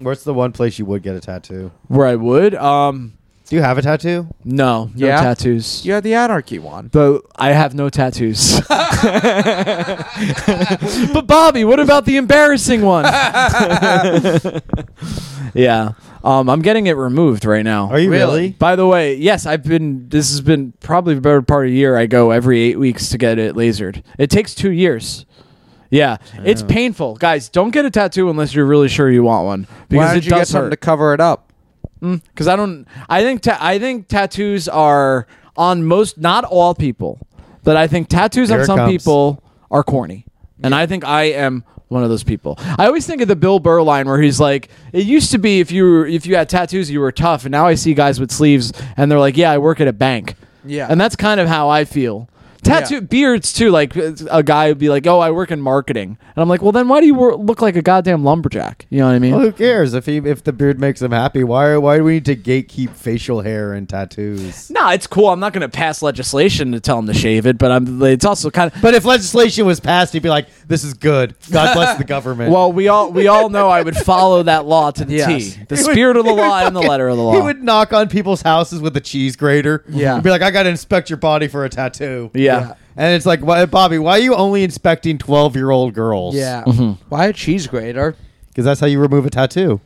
A: Where's the one place you would get a tattoo?
C: Where I would. Um,
A: Do you have a tattoo?
C: no, no
B: Yeah?
C: tattoos.
B: You had the anarchy one.
C: But I have no tattoos. but Bobby, what about the embarrassing one? yeah. Um, I'm getting it removed right now.
A: Are you really?
C: By the way, yes, I've been this has been probably the better part of a year. I go every eight weeks to get it lasered. It takes two years. Yeah. It's painful. Guys, don't get a tattoo unless you're really sure you want one. Because
B: Why don't
C: it
B: you
C: does
B: get something
C: hurt
B: to cover it up?
C: because Mm, I don't. I think ta- I think tattoos are on most, not all people, but I think tattoos
A: Here
C: on
A: it
C: some
A: comes.
C: people are corny, and I think I am one of those people. I always think of the Bill Burr line where he's like, "It used to be if you were, if you had tattoos, you were tough, and now I see guys with sleeves, and they're like, yeah, I work at a bank.'
B: Yeah.
C: and that's kind of how I feel. Tattoo beards too. Like it's- a guy would be like, "Oh, I work in marketing," and I'm like, "Well, then why do you wor- look like a goddamn lumberjack?" You know what I mean?
A: Well, who cares if he if the beard makes him happy? Why why do we need to gatekeep facial hair and tattoos?
C: Nah, it's cool. I'm not going to pass legislation to tell him to shave it, but I'm. It's also kind of.
A: But if legislation was passed, he'd be like, "This is good. God bless the government."
C: Well, we all we all know I would follow that law to the
B: Yes.
C: T, the spirit of the law and the letter of the law.
A: He would knock on people's houses with a cheese grater.
B: Yeah.
A: And be like, I got to inspect your body for a tattoo.
C: yeah.
A: And it's like, why, Bobby, why are you only inspecting 12 year old girls?
B: Yeah.
C: Mm-hmm.
B: Why a cheese grater?
A: Because that's how you remove a tattoo.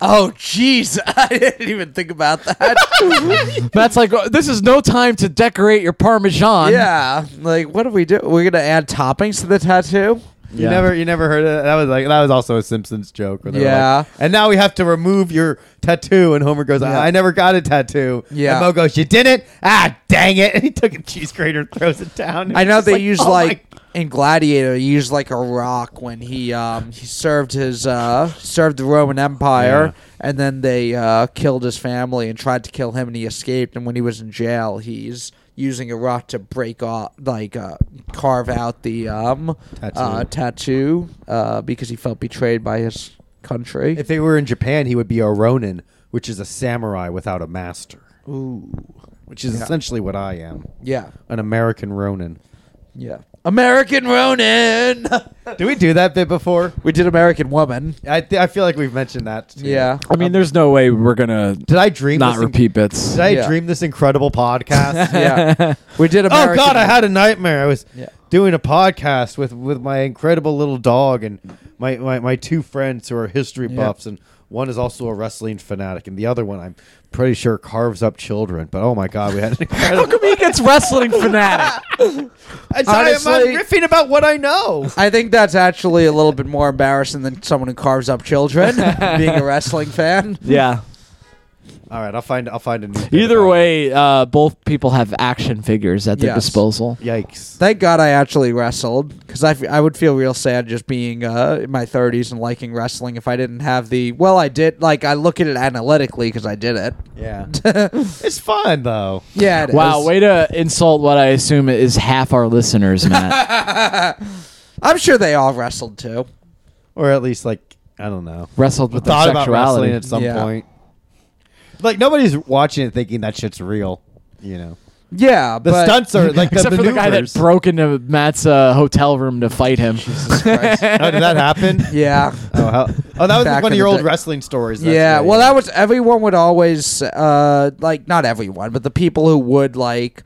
B: Oh, jeez. I didn't even think about that.
C: That's like oh, this is no time to decorate your parmesan.
B: yeah. Like, what do we do? We're going to add toppings to the tattoo?
A: You
C: Yeah.
A: never you never heard of that? That was like that was also a Simpsons joke. where they were
B: Yeah.
A: like, and now we have to remove your tattoo. And Homer goes,
B: Yeah.
A: I, I never got a tattoo.
B: Yeah.
A: And Mo goes, You didn't? Ah, dang it. And he took a cheese grater and throws it down.
B: I know they used
A: "Oh my
B: like in Gladiator, he used like a rock when he um he served his uh served the Roman Empire,
A: Yeah.
B: and then they uh killed his family and tried to kill him, and he escaped. And when he was in jail, he's using a rock to break off like uh carve out the um
A: Tattoo.
B: uh tattoo uh because he felt betrayed by his country.
A: If they were in Japan, he would be a ronin, which is a samurai without a master,
B: Ooh,
A: which is
B: Yeah.
A: essentially what I am,
B: yeah,
A: an American ronin.
B: yeah. American Ronin.
A: Did we do that bit before?
B: we did American Woman.
A: I th- I feel like we've mentioned that. Too.
B: Yeah.
C: I mean, there's no way we're gonna
A: Did I dream?
C: not
A: this in-
C: repeat bits.
A: Did I
B: Yeah.
A: dream this incredible podcast?
B: yeah. We did American
A: oh God, I had a nightmare. I was
B: Yeah.
A: doing a podcast with with my incredible little dog and my my, my two friends who are history buffs, and one is also a wrestling fanatic, and the other one I'm pretty sure carves up children. But oh my God, we had an incredible.
C: How come he gets wrestling fanatic?
A: It's- I-
B: Honestly-
A: I'm riffing about what I know.
B: I think that's actually a little bit more embarrassing than someone who carves up children being a wrestling fan.
C: yeah.
A: All right, I'll find I'll find a new. bit
C: Either
A: about
C: way, uh, both people have action figures at their
B: Yes.
C: disposal.
A: it. yikes.
B: Thank God I actually wrestled because I, f- I would feel real sad just being uh, in my 30s and liking wrestling if I didn't have the. Well, I did. Like, I look at it analytically because I did it.
A: Yeah, it's fun though.
B: Yeah, it
C: Wow,
B: is.
C: way to insult what I assume is half our listeners, Matt.
B: I'm sure they all wrestled too.
A: Or at least like I don't know.
C: Wrestled with their
A: Thought about
C: sexuality.
A: wrestling at some
B: Yeah.
A: point. Like nobody's watching it thinking that shit's real. You know,
B: Yeah,
A: the
B: but
A: stunts are like the
C: Except for the guy that
A: maneuvers.
C: broke into Matt's uh, hotel room to fight him.
A: oh, did that happen?
B: Yeah.
A: Oh, hell. oh, that was
B: Back
A: one
B: in
A: of your
B: the
A: old
B: day.
A: wrestling stories. that's
B: yeah,
A: right.
B: well, that was everyone would always uh, like not everyone, but the people who would like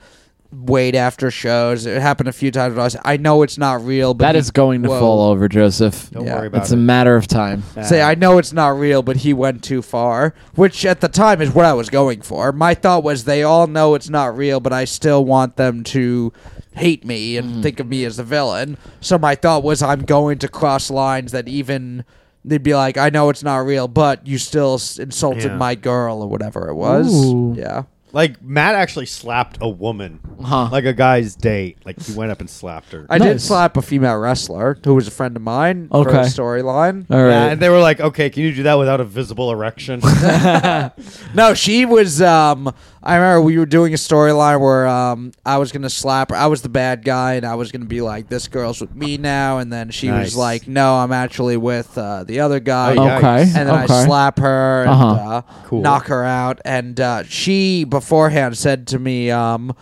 B: wait after shows. It happened a few times. When I, was, I know it's not real, but
C: That
B: he-
C: is going to
B: whoa.
C: fall over, Joseph.
A: Don't
B: yeah,
A: worry about
C: It's
A: it.
C: a matter of time.
A: Uh,
B: Say, I know it's not real, but he went too far, which at the time is what I was going for. My thought was they all know it's not real, but I still want them to hate me and think of me as the villain. So my thought was I'm going to cross lines that even they'd be like, I know it's not real, but you still s- insulted
A: Yeah.
B: my girl or whatever it was.
C: Ooh.
B: Yeah.
A: like Matt actually slapped a woman,
C: Huh.
A: like a guy's date. Like he went up and slapped her.
B: I did
C: Nice.
B: slap a female wrestler who was a friend of mine for a
C: Okay.
B: storyline.
C: All
A: Yeah,
C: right.
A: and they were like, "Okay, can you do that without a visible erection?"
B: No, she was. Um, I remember we were doing a storyline where um, I was gonna slap her. I was the bad guy, and I was gonna be like, "This girl's with me now." And then she
A: Nice.
B: was like, "No, I'm actually with uh, the other guy."
A: Oh, yeah.
C: okay.
A: Yikes.
B: And then
C: okay.
B: I slap her and uh
C: Uh-huh.
A: Cool.
B: knock her out. And uh, she beforehand said to me, um,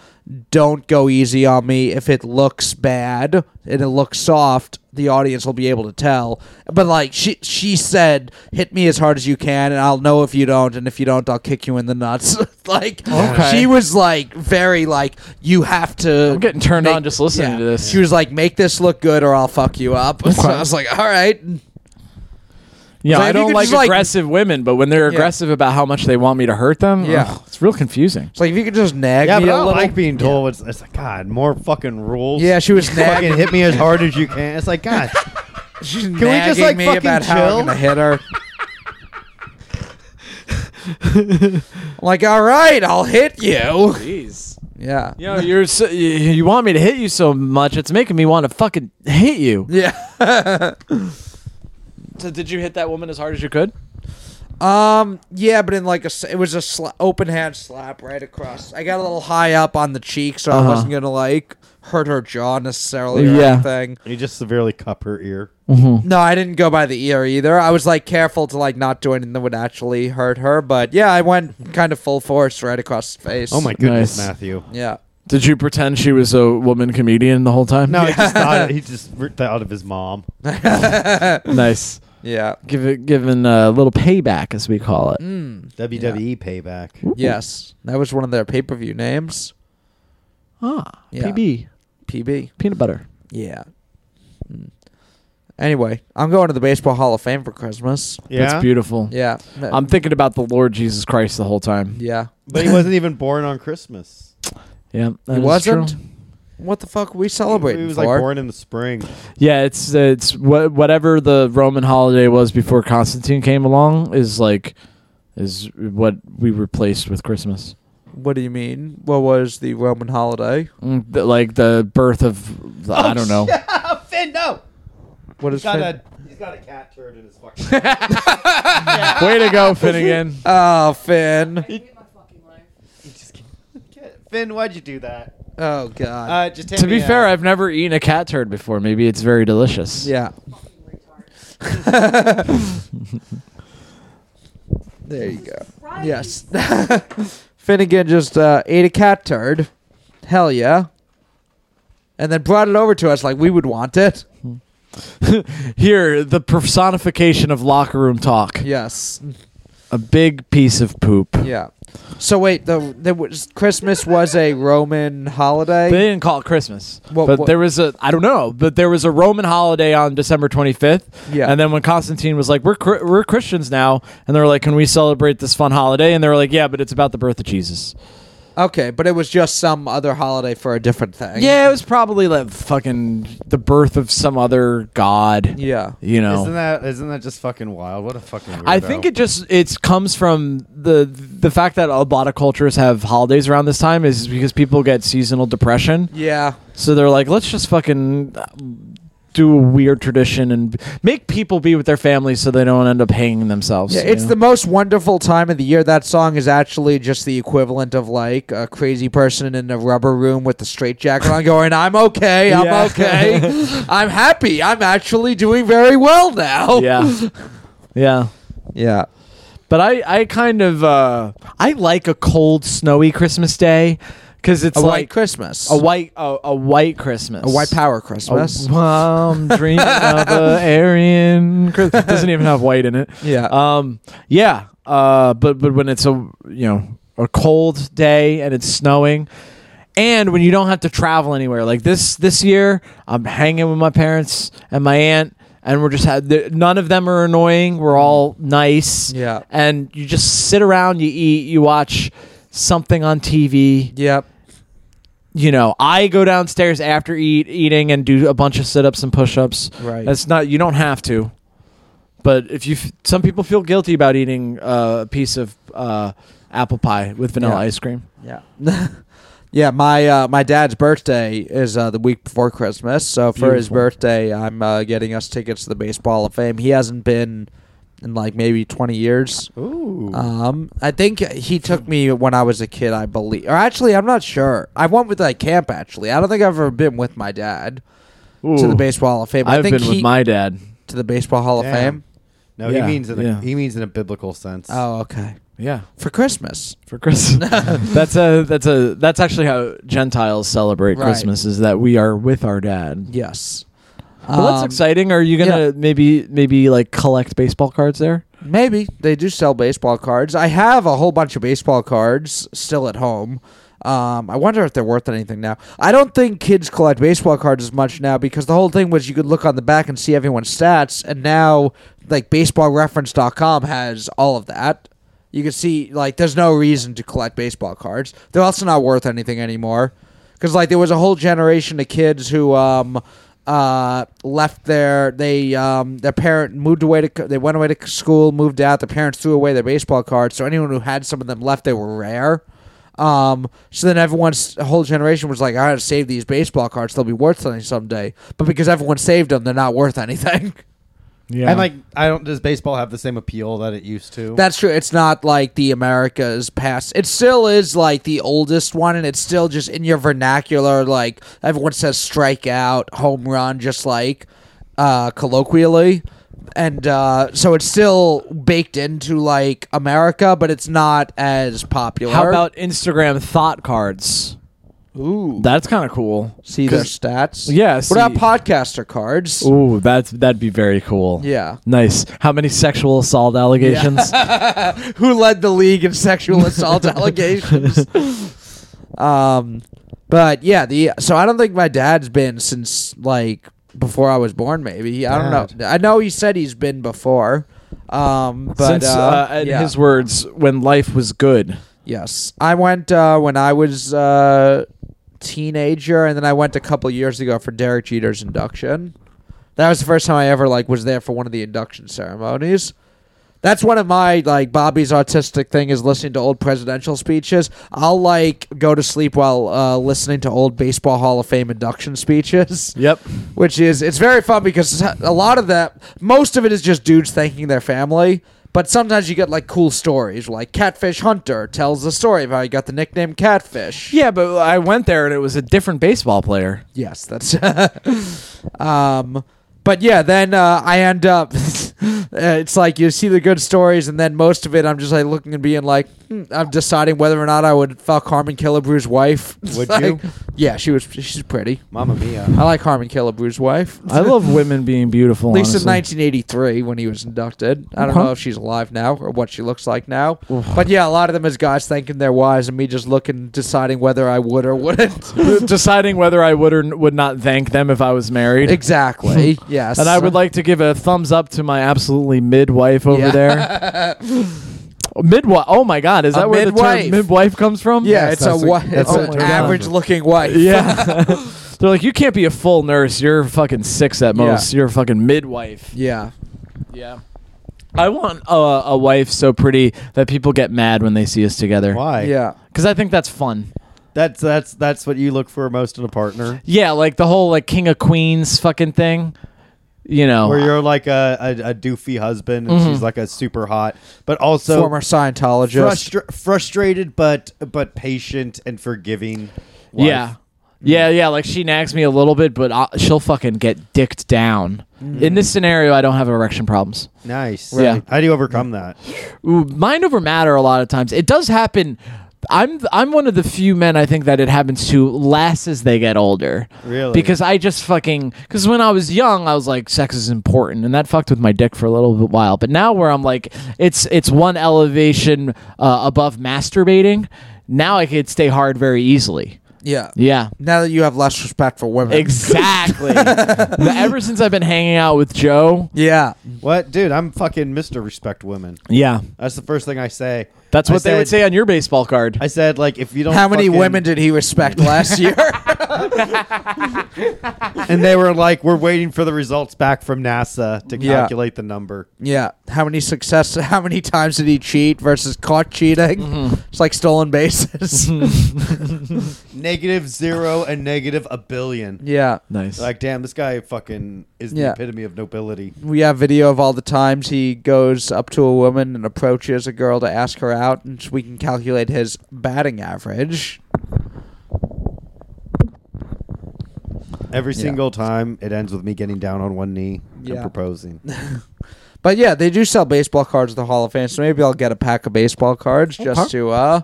B: "Don't go easy on me. If it looks bad and it looks soft, the audience will be able to tell." But like she she said, "Hit me as hard as you can, and I'll know if you don't. And if you don't, I'll kick you in the nuts." like
C: Okay.
B: she was like very like you have to.
C: I'm getting turned on just listening to this.
B: She was like, "Make this look good, or I'll fuck you up." So I was like, "All right."
C: Yeah,
B: So
C: I
B: if you
C: don't
B: could
C: like
B: just, like-
C: aggressive women, but when they're
B: Yeah.
C: aggressive about how much they want me to hurt them,
B: Yeah.
C: ugh, it's real confusing.
B: It's like if you could just nag
A: yeah,
B: me
A: but I
B: a
A: don't
B: little.
A: like being told. It's, it's like God, more fucking rules.
B: Yeah, she was nagging.
A: fucking hit me as hard as you can. It's like God.
B: She's Can
A: we just, like,
B: me
A: fucking
B: about how
A: chill?
B: I'm gonna hit her. I'm like, all right, I'll hit you.
C: Jeez.
B: Yeah.
C: Yo, you're so, you, you want me to hit you so much, it's making me want to fucking hit you.
B: Yeah.
C: So did you hit that woman as hard as you could?
B: Um, yeah, but in like a, s- it was a sla- open hand slap right across. I got a little high up on the cheek, so I
C: Uh-huh.
B: wasn't gonna like hurt her jaw necessarily or
C: Yeah.
B: anything.
A: You just severely cup her ear.
B: No, I didn't go by the ear either. I was like careful to like not do anything that would actually hurt her. But yeah, I went kind of full force right across the face.
A: Oh my goodness,
C: Nice.
A: Matthew.
B: Yeah.
C: Did you pretend she was a woman comedian the whole time?
A: No, he just thought he just re- thought of his mom.
C: nice.
B: Yeah.
C: Give it, given a little payback, as we call it.
B: Mm.
A: WWE E payback.
B: Yes, that was one of their pay per view names.
C: Ah,
B: Yeah.
C: PB,
B: PB.
C: peanut butter.
B: Yeah. Mm. Anyway, I'm going to the Baseball Hall of Fame for Christmas.
A: Yeah,
C: That's beautiful.
B: Yeah.
C: I'm thinking about the Lord Jesus Christ the whole time.
B: yeah.
A: but he wasn't even born on Christmas.
C: Yeah, that
B: He
C: is
B: wasn't?
C: true.
B: What the fuck we celebrating
A: He was
B: for?
A: like born in the spring.
C: Yeah, it's it's wha- whatever the Roman holiday was before Constantine came along is like is what we replaced with Christmas.
B: what do you mean? What was the Roman holiday?
C: Mm, th- Like the birth of the, I don't know.
A: Finn, no.
B: What is
A: He's got
B: fin-
A: a he's got a cat turd in his fucking. mouth.
C: Way to go, Finnegan.
B: Oh, Finn.
D: Get my fucking life.
A: He just can't- Finn, why'd you do that?
B: Oh God.
A: Uh, just hand
C: to
A: me
C: be
A: a-
C: fair, I've never eaten a cat turd before. Maybe it's very delicious.
B: yeah.
D: Fucking retard.
B: there you go.
D: Right?
B: Yes. Finnegan just uh, ate a cat turd. Hell yeah. And then brought it over to us like we would want it.
C: Here, the personification of locker room talk.
B: Yes.
C: A big piece of poop.
B: Yeah. So wait, the there was Christmas was a Roman holiday.
C: They didn't call it Christmas,
B: What-
C: but
B: what-
C: there was a I don't know, but there was a Roman holiday on December 25th.
B: Yeah.
C: and then when Constantine was like, "We're Chri- we're Christians now," and they were like, "Can we celebrate this fun holiday?" and they were like, "Yeah, but it's about the birth of Jesus."
B: Okay, but it was just some other holiday for a different thing.
C: Yeah, it was probably like fucking the birth of some other god.
B: Yeah.
C: you know.
A: Isn't that isn't that just fucking wild? What a fucking. Weirdo.
C: I think it just it comes from the the fact that a lot of cultures have holidays around this time is because people get seasonal depression.
B: Yeah.
C: So they're like, let's just fucking uh, do a weird tradition and b- make people be with their families so they don't end up hanging themselves.
B: Yeah,
C: you
B: it's
C: know?
B: the most wonderful time of the year. That song is actually just the equivalent of like a crazy person in a rubber room with a straitjacket on going, I'm okay, I'm
C: Yeah.
B: okay, I'm happy, I'm actually doing very well now.
C: yeah, yeah.
B: Yeah.
C: But I I kind of uh, I like a cold, snowy Christmas day because it's
B: a
C: like
B: white Christmas.
C: a white a, a white Christmas.
B: A white power Christmas.
C: Oh, I'm dreaming of a Aryan Christmas. Doesn't even have white in it.
B: Yeah.
C: Um. Yeah. Uh. But but when it's a you know a cold day and it's snowing, and when you don't have to travel anywhere like this this year, I'm hanging with my parents and my aunt, and we're just had th- none of them are annoying. We're all nice.
B: Yeah.
C: And you just sit around, you eat, you watch something on TV
B: Yep.
C: you know, I go downstairs after eat, eating and do a bunch of sit ups and push ups.
B: Right.
C: That's not, you don't have to. But if you, f- some people feel guilty about eating uh, a piece of uh, apple pie with vanilla
B: Yeah.
C: ice cream.
B: Yeah. yeah, my uh, my dad's birthday is uh, the week before Christmas. So for his
C: Beautiful.
B: birthday, I'm uh, getting us tickets to the Baseball of Fame. He hasn't been in like maybe 20 years.
A: Ooh.
B: Um, I think he took me when I was a kid, I believe. Or actually, I'm not sure. I went with like camp actually. I don't think I've ever been with my dad to the Baseball Hall of Fame. I
C: I've
B: think
C: been with
B: he-
C: my dad.
B: to the Baseball Hall of
A: Damn.
B: Fame.
A: no,
C: yeah,
A: he means in a,
C: yeah.
A: he means in a biblical sense.
B: Oh, okay.
C: Yeah.
B: For Christmas.
C: For Christmas, that's a that's a that's actually how Gentiles celebrate
B: Right.
C: Christmas is that we are with our dad.
B: Yes.
C: Well, that's
B: Um,
C: exciting. Are you gonna maybe maybe like collect baseball cards there?
B: Maybe they do sell baseball cards. I have a whole bunch of baseball cards still at home. Um, I wonder if they're worth anything now. I don't think kids collect baseball cards as much now because the whole thing was you could look on the back and see everyone's stats, and now like baseballreference.com has all of that. You can see like there's no reason to collect baseball cards. They're also not worth anything anymore because like there was a whole generation of kids who um uh left their they um their parent moved away to they went away to school moved out their parents threw away their baseball cards so anyone who had some of them left they were rare um so then everyone's a whole generation was like i gotta save these baseball cards they'll be worth something someday but because everyone saved them they're not worth anything
C: Yeah.
A: And like, I don't. Does baseball have the same appeal that it used to?
B: That's true. It's not like the America's past. It still is like the oldest one, and it's still just in your vernacular. Like everyone says, strikeout, home run, just like uh, colloquially, and uh, so it's still baked into like America, but it's not as popular.
C: How about Instagram thought cards?
B: ooh?
C: That's kind of cool.
B: see their stats.
C: Yeah,
B: What about
C: see-
B: podcaster cards?
C: Ooh, that's that'd be very cool.
B: Yeah.
C: Nice. How many sexual assault allegations?
B: who led the league in sexual assault allegations. Um, but yeah, the so I don't think my dad's been since like before I was born. Maybe I don't know. I know he said he's been before. Um, but
C: Since,
B: uh,
C: uh, in
B: yeah.
C: his words, when life was good.
B: yes, I went uh, when I was uh, teenager, and then I went a couple years ago for Derek Jeter's induction. That was the first time I ever like was there for one of the induction ceremonies. That's one of my like Bobby's autistic thing is listening to old presidential speeches. I'll like go to sleep while uh, listening to old baseball Hall of Fame induction speeches.
C: Yep.
B: Which is it's very fun because a lot of that, most of it is just dudes thanking their family. But sometimes you get like cool stories, like Catfish Hunter tells the story of how he got the nickname Catfish.
C: Yeah, but I went there and it was a different baseball player.
B: Yes, that's. um, but yeah, then uh, I end up. uh, it's like you see the good stories, and then most of it, I'm just like looking and being like, hmm, I'm deciding whether or not I would fuck Harmon Killebrew's wife. It's
A: Would
B: like-
A: you?
B: Yeah, she was. She's pretty.
A: Mamma mia.
B: I like Harmon Killebrew's wife.
C: I love women being beautiful.
B: At least in
C: honestly.
B: 1983 when he was inducted. I don't
C: Okay.
B: know if she's alive now or what she looks like now. But yeah, a lot of them is guys thanking their wives and me just looking, deciding whether I would or wouldn't.
C: deciding whether I would or n- would not thank them if I was married.
B: exactly. Yes.
C: Hmm. And I would like to give a thumbs up to my absolutely midwife over
B: Yeah.
C: there. midwife. Oh my God, is
B: A
C: that where the
B: midwife.
C: term midwife comes from?
B: Yeah,
A: Yes,
B: it's a
A: that's a-
B: wi-
A: that's
B: it's
C: a
B: an
C: term.
B: average looking wife.
C: Yeah. They're like, you can't be a full nurse. You're fucking six at
B: Yeah.
C: most. You're a fucking midwife.
B: yeah.
C: Yeah. I want a, a wife so pretty that people get mad when they see us together.
A: Why?
B: Yeah.
C: Because I think that's fun.
A: That's that's that's what you look for most in a partner.
C: Yeah, like the whole like King of Queens fucking thing. You know.
A: Where you're like a, a, a doofy husband and
C: Mm-hmm.
A: she's like a super hot, but also
B: Former Scientologist.
A: frustra- frustrated but but patient and forgiving. wife.
C: Yeah. Yeah, yeah. Like she nags me a little bit, but I, she'll fucking get dicked down.
A: Mm.
C: In this scenario, I don't have erection problems.
A: Nice.
C: Yeah.
A: How do you overcome that?
C: Ooh, mind over matter a lot of times. It does happen. I'm I'm one of the few men I think that it happens to less as they get older.
A: Really?
C: Because I just fucking because when I was young I was like sex is important and that fucked with my dick for a little bit while. But now where I'm like it's it's one elevation uh, above masturbating. Now I could stay hard very easily.
B: Yeah.
C: Yeah.
B: Now that you have less respect for women.
C: Exactly. The- Ever since I've been hanging out with Joe.
B: yeah.
A: What, dude? I'm fucking Mr. Respect Women.
C: Yeah.
A: That's the first thing I say.
C: That's
A: I
C: what they would
A: said-
C: say on your baseball card.
A: I said like if you don't.
B: How many
A: fucking-
B: women did he respect last year?
A: And they were like, we're waiting for the results back from NASA to
B: Yeah.
A: calculate the number.
B: yeah. How many success? How many times did he cheat versus caught cheating? It's like stolen bases.
A: Negative zero and negative a billion.
B: yeah.
C: nice.
A: Like, damn, this guy fucking is the
B: Yeah.
A: epitome of nobility.
B: We have video of all the times he goes up to a woman and approaches a girl to ask her out, and we can calculate his batting average.
A: Every
B: Yeah.
A: single time, it ends with me getting down on one knee and
B: Yeah.
A: proposing.
B: But yeah, they do sell baseball cards at the Hall of Fame, so maybe I'll get a pack of baseball cards just to. uh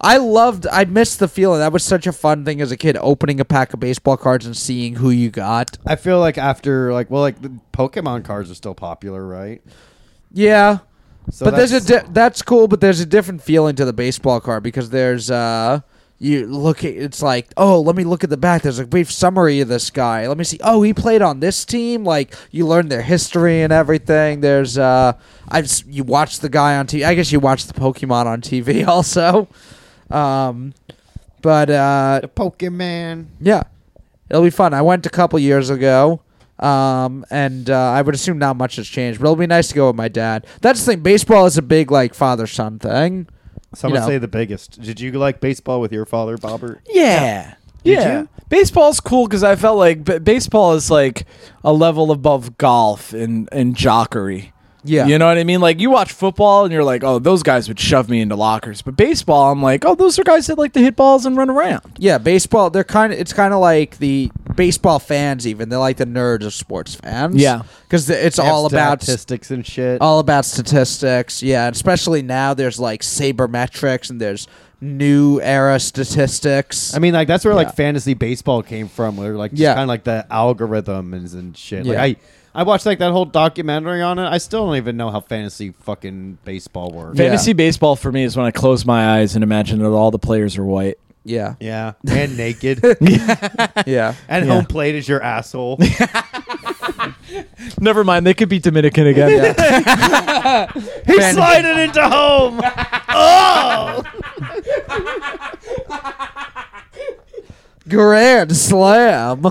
B: I loved. I missed the feeling. That was such a fun thing as a kid, opening a pack of baseball cards and seeing who you got.
A: I feel like after like well, like the Pokemon cards are still popular, right?
B: Yeah,
A: So
B: but there's a
A: that's-
B: di- that's cool, but there's a different feeling to the baseball card because there's uh you look at it's like oh let me look at the back there's a brief summary of this guy let me see oh he played on this team like you learn their history and everything there's uh I've s- you watch the guy on TV I guess you watch the Pokemon on TV also um but uh
A: the Pokemon.
B: yeah, it'll be fun. I went a couple years ago, um, and uh, I would assume not much has changed. But it'll be nice to go with my dad. That's the thing. Baseball is a big like father son thing.
A: Some would
B: know.
A: say the biggest. Did you like baseball with your father, Bobbert?
C: Yeah. yeah,
A: you?
C: baseball's cool because I felt like b- baseball is like a level above golf and and jockery.
B: Yeah.
C: you know what I mean. Like you watch football and you're like, oh, those guys would shove me into lockers. But baseball, I'm like, oh, those are guys that like to hit balls and run around.
B: Yeah, baseball. They're kind of. It's kind of like the baseball fans. Even they're like the nerds of sports fans.
C: Yeah.
B: because it's all about
A: statistics and shit.
B: all about statistics. Yeah, and especially now there's like sabermetrics and there's new era statistics.
A: I mean, like that's where
B: Yeah.
A: like fantasy baseball came from, where like just
B: Yeah.
A: kind of like the algorithms and shit.
B: Yeah.
A: Like I, I watched like that whole documentary on it. I still don't even know how fantasy fucking baseball works.
B: Yeah.
C: Fantasy baseball for me is when I close my eyes and imagine that all the players are white.
B: yeah,
A: Yeah, and naked,
B: yeah.
A: and
C: Yeah.
A: home plate is your asshole.
C: Never mind, they could be Dominican again.
A: He slided into home. oh,
B: Grand Slam.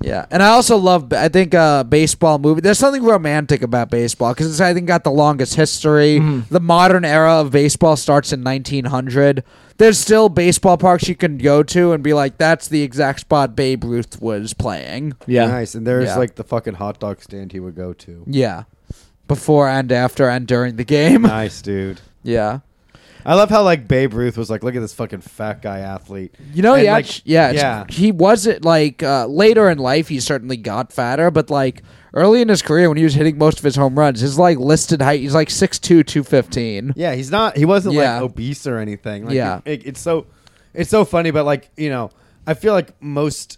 B: yeah, and I also love. I think uh, baseball movie. There's something romantic about baseball because it's I think got the longest history. The modern era of baseball starts in 1900. There's still baseball parks you can go to and be like, that's the exact spot Babe Ruth was playing.
C: Yeah.
A: nice. And there's
B: Yeah.
A: like the fucking hot dog stand he would go to.
B: Yeah, before and after and during the game.
A: Nice, dude.
B: Yeah.
A: I love how like Babe Ruth was like, look at this fucking fat guy athlete.
B: You know,
A: And,
B: yeah,
A: like,
B: yeah, it's-
A: yeah.
B: He wasn't like uh, later in life. He certainly got fatter, but like early in his career, when he was hitting most of his home runs, his like listed height, he's like 6'2", 215.
A: Yeah, he's not. He wasn't
B: Yeah.
A: like obese or anything. Like,
B: Yeah.
A: it- it's so, it's so funny. But like you know, I feel like most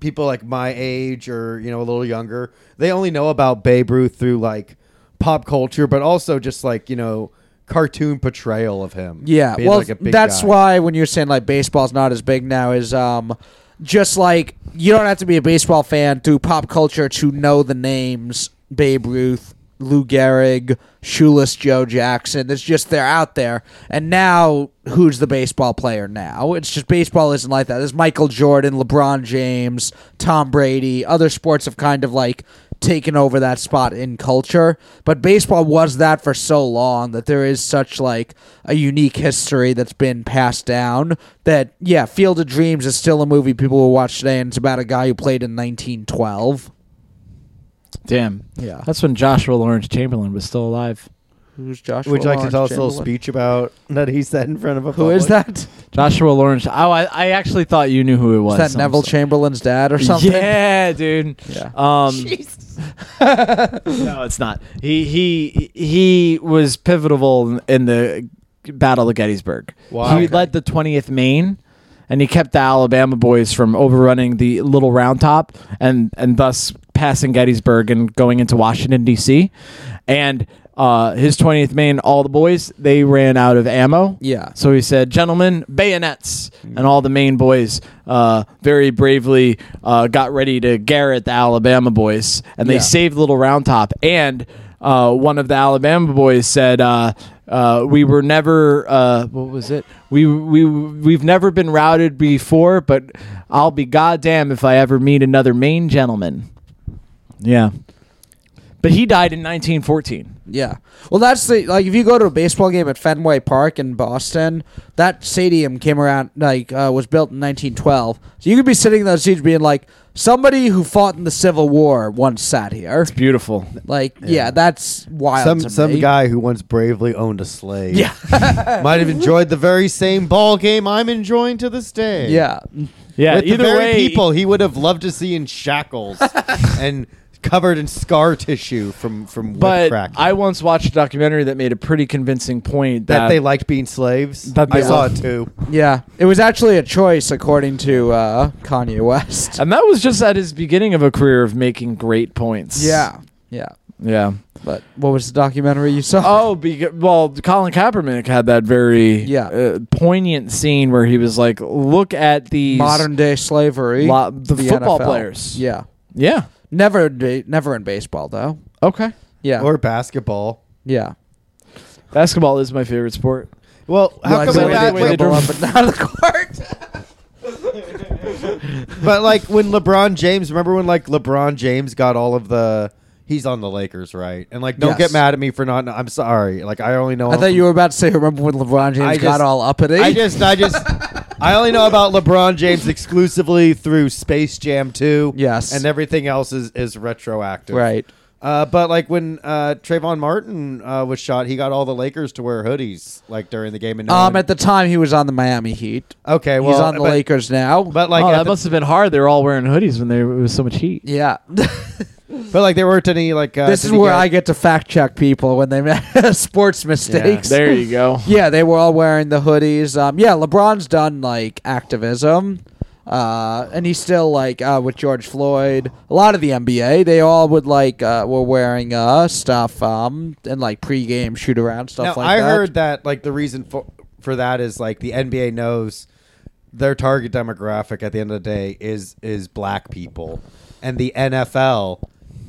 A: people like my age or you know a little younger, they only know about Babe Ruth through like pop culture, but also just like you know cartoon portrayal of him.
B: Yeah,
A: um, being,
B: well,
A: like, a big
B: that's
A: guy.
B: why when you're saying like baseball's not as big now is um, just like you don't have to be a baseball fan through pop culture to know the names Babe Ruth, Lou Gehrig, shoeless Joe Jackson. It's just they're out there, and now who's the baseball player now? It's just baseball isn't like that. There's Michael Jordan, LeBron James, Tom Brady. Other sports have kind of like taken over that spot in culture. But baseball was that for so long that there is such like a unique history that's been passed down that yeah, Field of Dreams is still a movie people will watch today and it's about a guy who played in nineteen twelve.
C: Damn.
B: Yeah.
C: That's when Joshua Lawrence Chamberlain was still alive.
B: Who's Josh?
A: Would you like to tell us a little speech about that he said in front of a?
B: Who is that?
C: Joshua Lawrence. Oh, I, I actually thought you knew who it was.
B: Is that
C: I'm
B: Neville
C: so-
B: Chamberlain's dad or something?
C: Yeah, dude.
B: Yeah.
C: Um, no, it's not. He he he was pivotal in the Battle of Gettysburg.
A: Wow.
C: He
A: Okay.
C: led the 20th Maine, and he kept the Alabama boys from overrunning the Little Round Top, and and thus passing Gettysburg and going into Washington D.C. And uh, his 20th Maine, all the boys they ran out of ammo.
B: Yeah.
C: So he said, "Gentlemen, bayonets!" And all the Maine boys uh, very bravely uh, got ready to garrot the Alabama boys, and they
B: Yeah.
C: saved Little Round Top. And uh, one of the Alabama boys said, uh, uh, "We were never uh, what was it? We we we've never been routed before, but I'll be goddamn if I ever meet another Maine gentleman." Yeah. But he died in 1914.
B: Yeah. Well, that's the like if you go to a baseball game at Fenway Park in Boston, that stadium came around like uh, was built in 1912. So you could be sitting in those seats being like, somebody who fought in the Civil War once sat here.
C: Beautiful.
B: Like, yeah, that's wild.
A: Some
B: to
A: some
B: me.
A: guy who once bravely owned a slave.
B: Yeah.
A: might have enjoyed the very same ball game I'm enjoying to this day.
B: yeah.
C: Yeah.
A: with the
C: either
A: very
C: way,
A: people he would have loved to see in shackles and covered in scar tissue from from whip
C: But
A: crack.
C: I once watched a documentary that made a pretty convincing point that,
A: that they liked being slaves.
C: That they
A: I saw
C: loved-
A: it too.
B: Yeah. It was actually a choice according to uh, Kanye West.
C: and that was just at his beginning of a career of making great points.
B: Yeah. Yeah.
C: yeah.
B: But what was the documentary you saw?
C: Oh, beca- well, Colin Kaepernick had that very
B: Yeah.
C: uh, poignant scene where he was like, "Look at these
B: Modern day slavery.
C: lo- the,
B: the
C: football
B: NFL.
C: players."
B: Yeah.
C: yeah.
B: Never, in ba- never in baseball though.
C: Okay,
B: Yeah.
A: Or basketball.
B: yeah.
C: basketball is my favorite sport.
A: Well, how
B: Like
A: come
B: the
A: when
B: way they
A: that?
C: way
A: But,
C: they
B: dribble
C: do-
B: up and down the court.
A: but, like when LeBron James, remember when like LeBron James got all of the. He's on the Lakers, right? And like, don't get
B: Yes.
A: mad at me for not. I'm sorry. Like, I only know.
B: I
A: him
B: thought
A: from-
B: you were about to say, remember when LeBron James
A: I
B: got
A: just-
B: all uppity?
A: I just, I just, I only know about LeBron James exclusively through Space Jam 2.
B: Yes.
A: And everything else is, is retroactive.
B: Right.
A: Uh, but like when uh, Trayvon Martin uh, was shot, he got all the Lakers to wear hoodies like during the game. And no
B: Um,
A: one-
B: at the time, he was on the Miami Heat.
A: okay, well,
B: He's on the
A: but,
B: Lakers now.
A: But like,
C: oh,
A: at
C: that
A: the-
C: must have been hard. They were all wearing hoodies when there was so much heat.
B: yeah.
A: but like, there weren't any like. Uh,
B: this
A: did
B: is
A: he
B: where
A: get-
B: I get to fact check people when they make sports mistakes.
C: There you go.
B: Yeah, they were all wearing the hoodies. Um, yeah, LeBron's done like activism, uh, and he's still like uh, with George Floyd. A lot of the NBA, they all would like uh, were wearing uh, stuff um, and like pregame shoot around stuff
A: now,
B: like
A: I
B: that.
A: heard that like the reason for for that is like the NBA knows their target demographic at the end of the day is is black people, and the NFL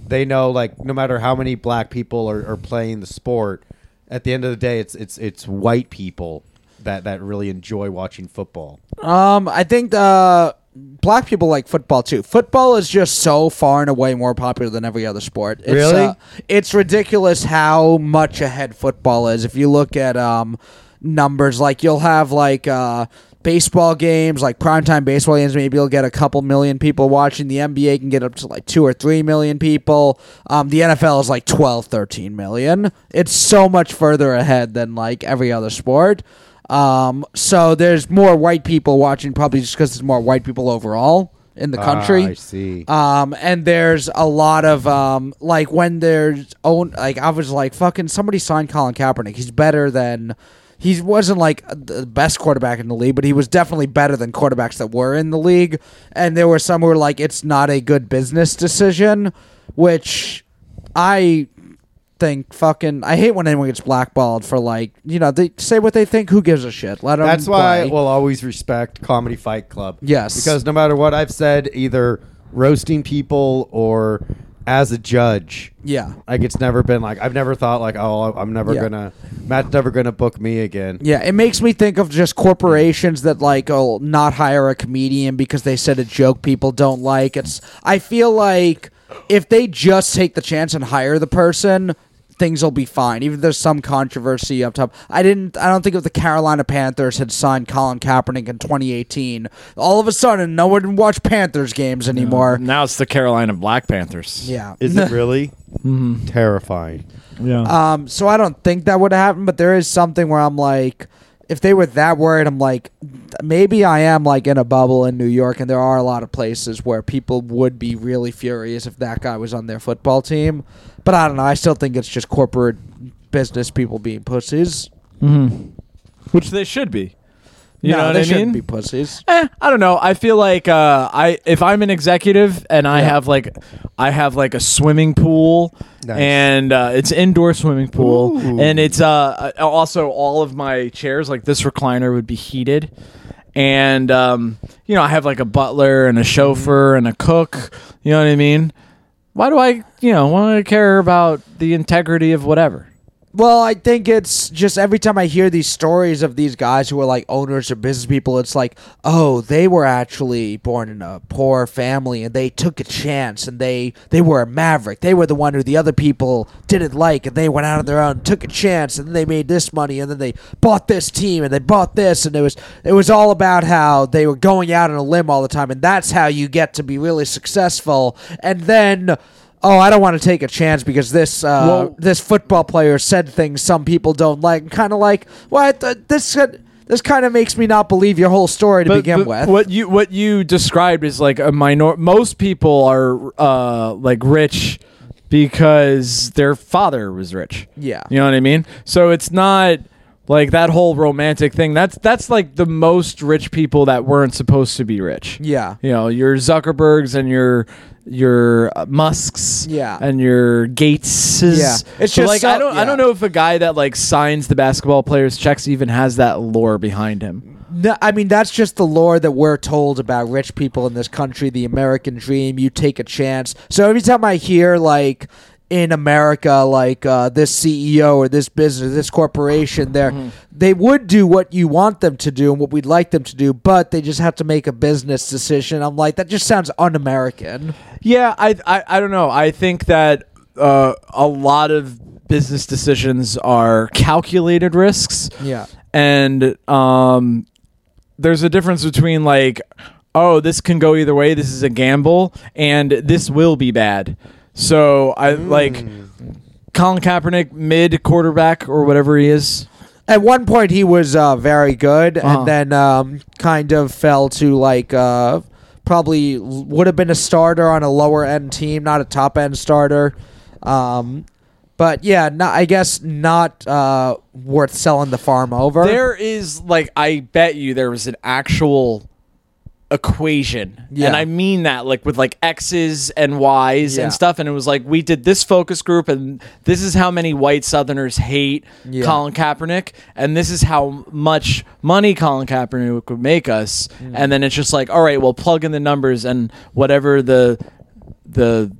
A: they know like no matter how many black people are, are playing the sport, at the end of the day it's it's it's white people that that really enjoy watching football.
B: Um, I think uh, black people like football too. Football is just so far and away more popular than every other sport. It's,
A: Really?
B: uh, it's ridiculous how much ahead football is. If you look at um, numbers, like you'll have like uh, baseball games, like primetime baseball games, maybe you'll get a couple million people watching. The NBA can get up to like two or three million people. Um, the NFL is like 12, 13 million. It's so much further ahead than like every other sport. Um, so there's more white people watching, probably just because there's more white people overall in the country.
A: Ah, I see.
B: Um, and there's a lot of um, like when there's own like I was like fucking somebody signed Colin Kaepernick. He's better than he wasn't like the best quarterback in the league, but he was definitely better than quarterbacks that were in the league. And there were some who were like, it's not a good business decision, which I think fucking I hate when anyone gets blackballed for like you know they say what they think. Who gives a shit? Let them.
A: That's why I will always respect Comedy Fight Club.
B: Yes.
A: Because no matter what I've said, either roasting people or as a judge,
B: yeah.
A: like it's never been like I've never thought like oh I'm never
B: Yeah.
A: gonna Matt's never gonna book me again.
B: Yeah, it makes me think of just corporations that like oh not hire a comedian because they said a joke people don't like. It's I feel like if they just take the chance and hire the person, things will be fine. Even if there's some controversy up top. I didn't I don't think if the Carolina Panthers had signed Colin Kaepernick in 2018, all of a sudden no one would watch Panthers games anymore.
C: Now it's the Carolina Black Panthers.
B: Yeah.
A: Is it really terrifying?
C: Yeah.
B: Um, so I don't think that would happen, but there is something where I'm like, if they were that worried, I'm like, maybe I am like in a bubble in New York, and there are a lot of places where people would be really furious if that guy was on their football team. But I don't know. I still think it's just corporate business people being pussies.
C: Which they should be. You
B: no,
C: know what
B: they
C: I
B: shouldn't
C: mean?
B: be pussies.
C: Eh, I don't know. I feel like uh, I if I'm an executive and I
B: Yeah.
C: have like I have like a swimming pool
A: Nice.
C: and uh, it's indoor swimming pool
A: Ooh.
C: and it's uh also all of my chairs like this recliner would be heated and um, you know I have like a butler
A: Mm-hmm.
C: and a chauffeur and a cook. You know what I mean? Why do I you know why do I care about the integrity of whatever?
B: Well, I think it's just every time I hear these stories of these guys who are like owners or business people, it's like, oh, they were actually born in a poor family and they took a chance and they they were a maverick. They were the one who the other people didn't like and they went out on their own, took a chance, and then they made this money and then they bought this team and they bought this and it was it was all about how they were going out on a limb all the time and that's how you get to be really successful. And then. Oh, I don't want to take a chance because this uh,
C: Well-
B: this football player said things some people don't like. Kind of like, what well, this could- this kind of makes me not believe your whole story to begin with.
C: What you what you described is like a minor. Most people are uh, like rich because their father was rich.
B: Yeah.
C: you know what I mean. So it's not like that whole romantic thing. That's that's like the most rich people that weren't supposed to be rich.
B: Yeah.
C: you know your Zuckerbergs and your your uh, Musks.
B: Yeah.
C: and your Gateses.
B: Yeah. It's
C: It's
B: just
C: just like
B: so-
C: I don't I
B: yeah.
C: don't know if a guy that like signs the basketball players checks even has that lore behind him.
B: No, I mean that's just the lore that we're told about rich people in this country, the American dream. You take a chance. So every time I hear like in America, like uh, this CEO or this business, this corporation, they are they would do what you want them to do and what we'd like them to do, but they just have to make a business decision. I'm like, that just sounds un-American.
C: Yeah, I, I I don't know. I think that uh, a lot of business decisions are calculated risks.
B: Yeah.
C: and um, there's a difference between like, oh, this can go either way. This is a gamble, and this will be bad. So I like Colin Kaepernick mid quarterback or whatever he is.
B: At one point, he was uh, very good,
C: Uh-huh.
B: and then um, kind of fell to like uh, probably l- would have been a starter on a lower end team, not a top end starter. Um, but yeah, no- I guess not uh, worth selling the farm over.
C: There is like I bet you there was an actual equation.
B: Yeah.
C: And I mean that like with like X's and Y's
B: Yeah.
C: and stuff. And it was like we did this focus group and this is how many white Southerners hate
B: Yeah.
C: Colin Kaepernick and this is how much money Colin Kaepernick would make us.
B: Mm.
C: And then it's just like, all right, well plug in the numbers and whatever the the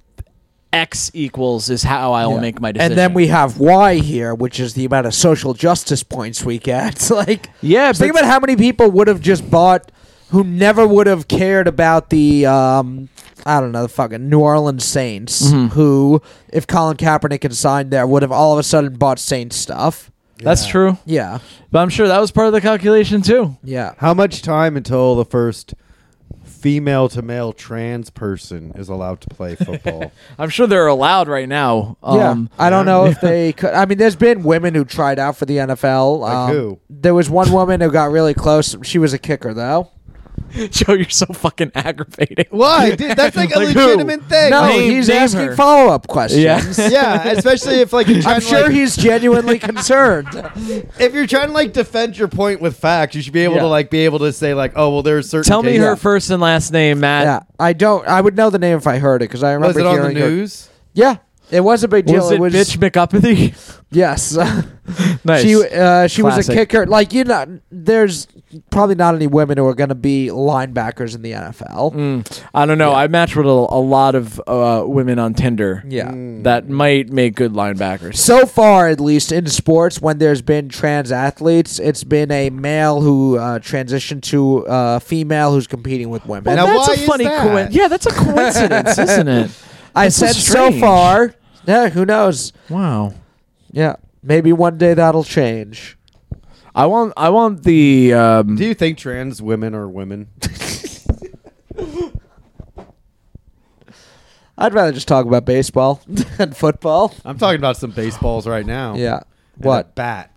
C: X equals is how I will
B: Yeah.
C: make my decision.
B: And then we have Y here, which is the amount of social justice points we get. It's like,
C: Yeah,
B: just think
C: but-
B: about how many people would have just bought, who never would have cared about the, um, I don't know, the fucking New Orleans Saints, who, if Colin Kaepernick had signed there, would have all of a sudden bought Saints stuff.
C: That's
A: Yeah.
C: true.
B: Yeah,
C: But I'm sure that was part of the calculation too.
B: yeah.
A: How much time until the first female to male trans person is allowed to play football?
C: I'm sure they're allowed right now. Um,
B: yeah, I don't know if they could. I mean, there's been women who tried out for the NFL.
A: Like
B: um,
A: who?
B: There was one woman who got really close. She was a kicker, though.
C: Joe, you're so fucking aggravating.
A: Why? Dude, that's like a
C: Like who?
A: legitimate thing.
B: No,
C: Name-
B: he's
C: name
B: asking
C: her.
B: follow up questions.
A: yeah, especially if like you're trying
B: I'm
A: to,
B: sure
A: like-
B: he's genuinely concerned.
A: if you're trying to like defend your point with facts, you should be able
C: Yeah.
A: to like be able to say like, oh well, there's certain.
C: Tell me
A: cases-
C: her first and last name, Matt.
B: yeah, I don't. I would know the name if I heard it because I remember
A: Was it on the
B: hearing her-
A: news?
B: yeah, it was a big deal.
C: Was it, Bitch McUppathy?
B: Yes,
C: nice.
B: she uh, she was a
C: Classic.
B: kicker. Like you know, there's probably not any women who are going to be linebackers in the NFL.
C: Mm, I don't know. I match with a, a lot of uh, women on Tinder.
B: Yeah.
A: Mm.
C: That might make good linebackers.
B: So far, at least in sports, when there's been trans athletes, it's been a male who uh, transitioned to a female who's competing with women.
A: Now,
C: that's
A: why
C: a
A: is
C: funny
A: that?
C: coincidence. Yeah, that's a coincidence, isn't it?
B: I
C: That's so
B: said so
C: strange.
B: far. Yeah, who knows?
C: Wow.
B: Yeah, maybe one day that'll change.
C: I want. I want the. Um,
A: Do you think trans women are women?
B: I'd rather just talk about baseball and football.
A: I'm talking about some baseballs right now.
B: Yeah.
A: And a
B: What?
A: bat?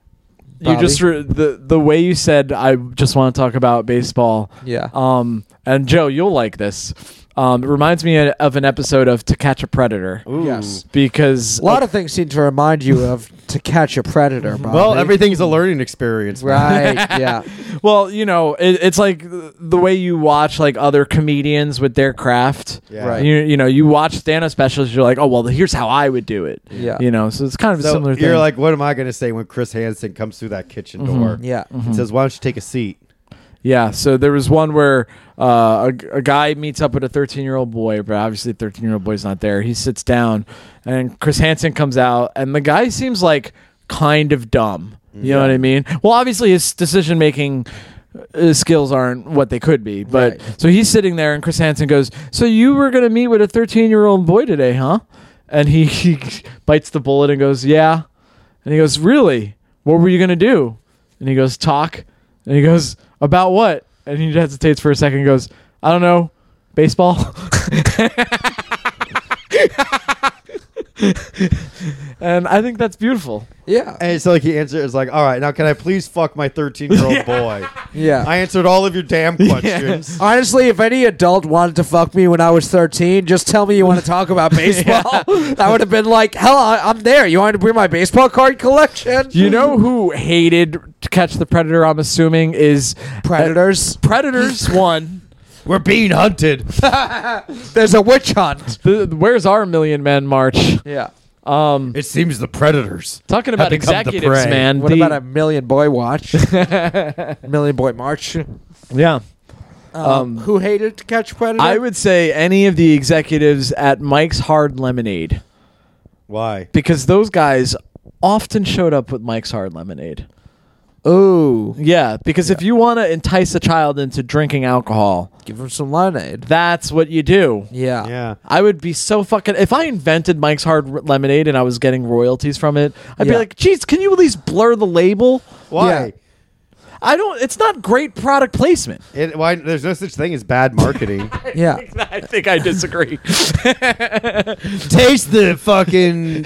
C: you just
B: Bobby?
C: re- the the way you said. I just want to talk about baseball.
B: Yeah.
C: Um, and Joe, you'll like this. Um, it reminds me of an episode of To Catch a Predator
A: Ooh.
B: Yes.
C: because
B: A lot of things seem to remind you of to catch a predator. Bobby.
A: Well, everything's a learning experience. man.
B: Right. Yeah.
C: well, you know, it, it's like the way you watch like other comedians with their craft.
A: Yeah.
B: Right.
C: You you know, you watch stand-up specials, you're like, oh well, here's how I would do it.
B: Yeah.
C: You know, so it's kind of a
A: So
C: similar
A: you're
C: thing. Mm-hmm.
A: like, what am I going to say when Chris Hansen comes through that kitchen door?
B: Yeah.
A: and says, "Why don't you take a seat?"
C: Yeah, so there was one where uh, a, a guy meets up with a 13 year old boy, but obviously the 13 year old boy's not there. He sits down, and Chris Hansen comes out, and the guy seems like kind of dumb. You know what I mean? Well, obviously his decision making uh, skills aren't what they could be, but
B: Right.
C: so he's sitting there, and Chris Hansen goes, "So you were gonna meet with a 13 year old boy today, huh?" And he, he bites the bullet and goes, "Yeah." And he goes, Really? What were you going to do? And he goes, Talk. And he goes, About what? And he hesitates for a second and goes, I don't know. Baseball? and I think that's beautiful.
B: Yeah.
A: And so like he answers is like, "All right, now can I please fuck my 13 year old boy?"
B: Yeah.
A: I answered all of your damn questions.
B: Honestly, if any adult wanted to fuck me when I was 13, just tell me you want to talk about baseball. I would have been like, hell, I- I'm there. You want to bring my baseball card collection?
C: You know who hated to catch the predator, I'm assuming, is uh,
B: Predators.
C: Predators one.
A: We're being hunted.
B: There's a witch hunt.
C: The, where's our million men march?
B: Yeah.
C: Um,
A: it seems the predators.
C: talking about
A: become the
C: executives,
A: prey.
C: man.
B: What
C: the-
B: about a million boy watch? million boy march.
C: yeah?
B: Um, who hated to catch predator?
C: I would say any of the executives at Mike's Hard Lemonade
A: Why?
C: because those guys often showed up with Mike's Hard Lemonade.
B: Ooh,
C: Yeah, because if you want to entice a child into drinking alcohol,
B: give him some lemonade.
C: that's what you do.
B: Yeah.
A: Yeah.
C: I would be so fucking. If I invented Mike's Hard R- Lemonade and I was getting royalties from it, I'd
B: Yeah.
C: be like, "Geez, can you at least blur the label?"
A: Why?
B: Yeah.
C: I don't. It's not great product placement.
A: It, why, there's no such thing as bad marketing.
B: Yeah.
C: I think I disagree.
A: Taste the fucking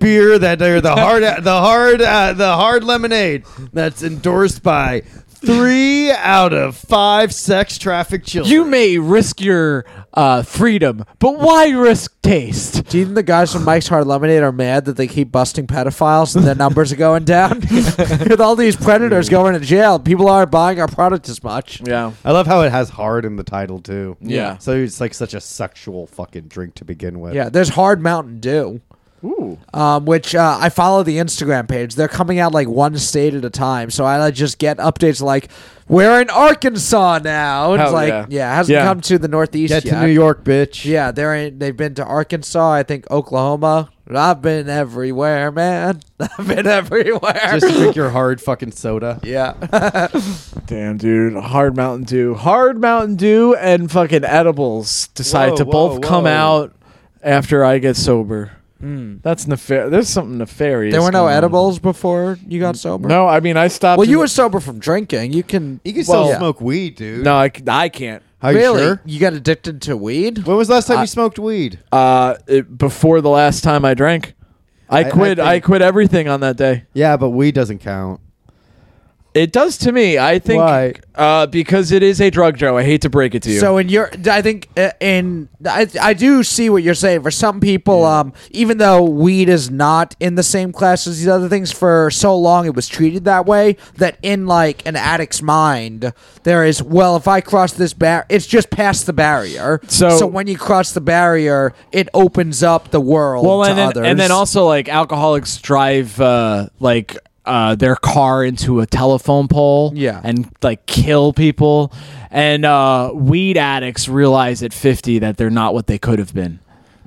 A: beer that or the hard the hard uh, the hard lemonade that's endorsed by three out of five sex traffic children.
C: you may risk your uh, freedom, but why risk taste?
B: Do you think the guys from Mike's Hard Lemonade are mad that they keep busting pedophiles and their numbers are going down? With all these predators going to jail, people aren't buying our product as much.
C: Yeah.
A: I love how it has hard in the title too.
C: Yeah.
A: So it's like such a sexual fucking drink to begin with.
B: Yeah, there's Hard Mountain Dew.
C: Ooh.
B: um, which uh, I follow the Instagram page. They're coming out like one state at a time, so I like, just get updates like we're in Arkansas now. It's
C: Hell
B: like
C: yeah.
B: yeah, it hasn't
C: Yeah.
B: come to the Northeast
A: Get
B: yet.
A: to New York, bitch.
B: Yeah, they're in, they've been to Arkansas, I think Oklahoma. I've been everywhere, man. I've been everywhere.
A: Just drink your hard fucking soda.
B: yeah,
C: Damn, dude. Hard Mountain Dew. Hard Mountain Dew and fucking edibles decide
A: Whoa,
C: to
A: whoa,
C: both
A: whoa.
C: come
A: Hmm.
C: out after I get sober. That's nefarious. There's something nefarious.
B: there were no
C: going on.
B: edibles before you got sober.
C: No, I mean, I stopped.
B: Well, you
C: in-
B: were sober from drinking. You can.
A: You can still
C: Well, yeah.
A: smoke weed, dude.
C: No, I, c- I can't.
A: Are you
B: really?
A: sure?
B: You got addicted to weed?
A: When was the last time
C: I-
A: you smoked weed?
C: Uh, it, before the last time I drank, I
A: I- I
C: quit. I,
A: think-
C: quit everything on that day.
A: Yeah, but weed doesn't count.
C: It does to me. I think
A: Why?
C: Uh, because it is a drug, Joe. I hate to break it to you.
B: So in your, I think uh, in I, I do see what you're saying. For some people, um, even though weed is not in the same class as these other things, for so long it was treated that way that in like an addict's mind, there is well, if I cross this bar, it's just past the barrier.
C: So-
B: when you cross the barrier, it opens up the world
C: well,
B: to
C: and then,
B: others.
C: and then also like alcoholics drive uh, like uh, their car into a telephone pole,
B: Yeah.
C: and like kill people. And uh, weed addicts realize at fifty that they're not what they could have been.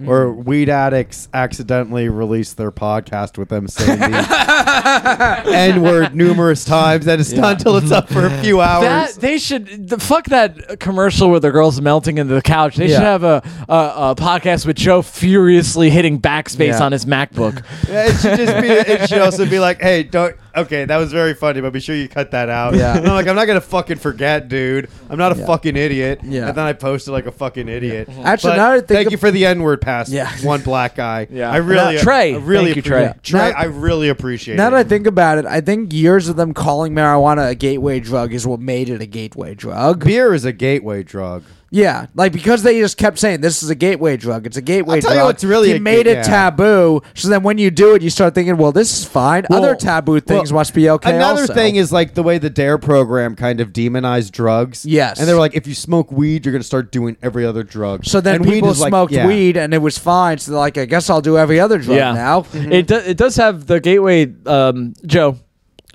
A: Or
B: Mm-hmm.
A: weed addicts accidentally released their podcast with them saying the N word numerous times, and it's not until it's up for a few hours.
C: That they should the, fuck that commercial where the girl's melting into the couch. They
B: Yeah.
C: should have a, a a podcast with Joe furiously hitting backspace
B: Yeah.
C: on his MacBook.
A: Yeah, it should just be. It should also be like, hey, don't. Okay, that was very funny, but be sure you cut that out.
B: Yeah.
A: And I'm like, I'm not gonna fucking forget, dude. I'm not a
B: Yeah.
A: fucking idiot.
B: Yeah. Mm-hmm.
A: And then I posted like a fucking idiot.
B: Actually,
A: But
B: now that I think
A: thank
B: of-
A: you for the N word pass.
B: Yeah.
A: One black guy.
C: Yeah.
A: I really,
C: Now, Trey.
A: I really
C: Thank you,
A: appre-
C: Trey.
A: Trey,
B: Now-
A: I really appreciate.
B: Now
A: it.
B: that I think about it, I think years of them calling marijuana a gateway drug is what made it a gateway drug.
A: beer is a gateway drug.
B: Yeah, like because they just kept saying this is a gateway drug. It's a gateway
A: I'll tell you
B: drug.
A: what's really
B: he
A: a
B: made
A: ga-
B: it
A: yeah.
B: taboo. So then when you do it, you start thinking, well, this is fine. Other
C: Well-
B: taboo things
A: well,
B: must be okay.
A: Another
B: also.
A: thing is like the way the DARE program kind of demonized drugs.
B: Yes.
A: And they were like, if you smoke weed, you're going to start doing every other drug.
B: so then
A: and
B: people
A: weed is like-
B: smoked
A: yeah.
B: weed and it was fine. So they're like, I guess I'll do every other drug now.
A: Mm-hmm.
C: It do, it does have the gateway. Um, Joe,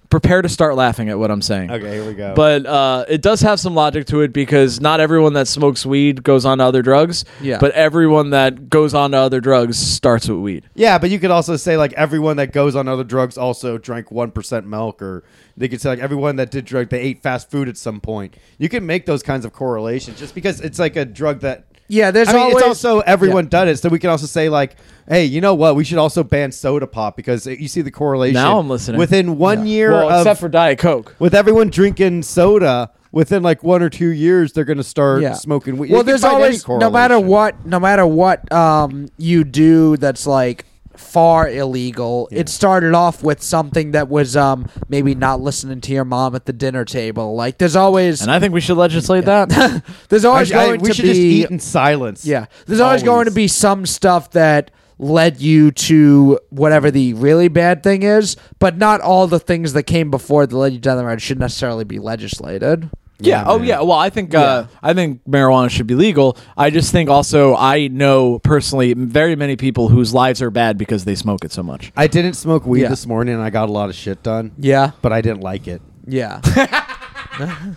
C: prepare to start laughing at what I'm saying.
A: Okay, here we go.
C: But uh, it does have some logic to it because not everyone that smokes weed goes on to other drugs.
B: Yeah.
C: But everyone that goes on to other drugs starts with weed.
A: yeah, but you could also say like everyone that goes on other drugs also drank 1% milk, or they could say like everyone that did drug, they ate fast food at some point. You can make those kinds of correlations just because it's like a drug that.
B: Yeah, there's
A: I mean,
B: always
A: it's also everyone done it, so we can also say like, "Hey, you know what? We should also ban soda pop because you see the correlation."
C: Now I'm listening.
A: Within one year
C: Well,
A: of
C: except for Diet Coke.
A: with everyone drinking soda within like one or two years they're going to start smoking weed
B: Well,
A: You can
B: there's
A: find any
B: always no matter
A: correlation.
B: what, no matter what um, you do that's like far illegal. It started off with something that was um, maybe not listening to your mom at the dinner table. Like there's always
C: And I think we should legislate that.
B: there's always
A: I- I-
B: going
A: we
B: to
A: should
B: be
A: just eat in silence
B: yeah. There's always, going to be some stuff that led you to whatever the really bad thing is, but not all the things that came before that led you down the road should necessarily be legislated.
C: Yeah. oh, yeah. Well, I think uh, I think marijuana should be legal. I just think also I know personally very many people whose lives are bad because they smoke it so much.
A: i didn't smoke weed
B: Yeah.
A: this morning and i got a lot of shit done
B: Yeah.
A: but i didn't like it
B: Yeah.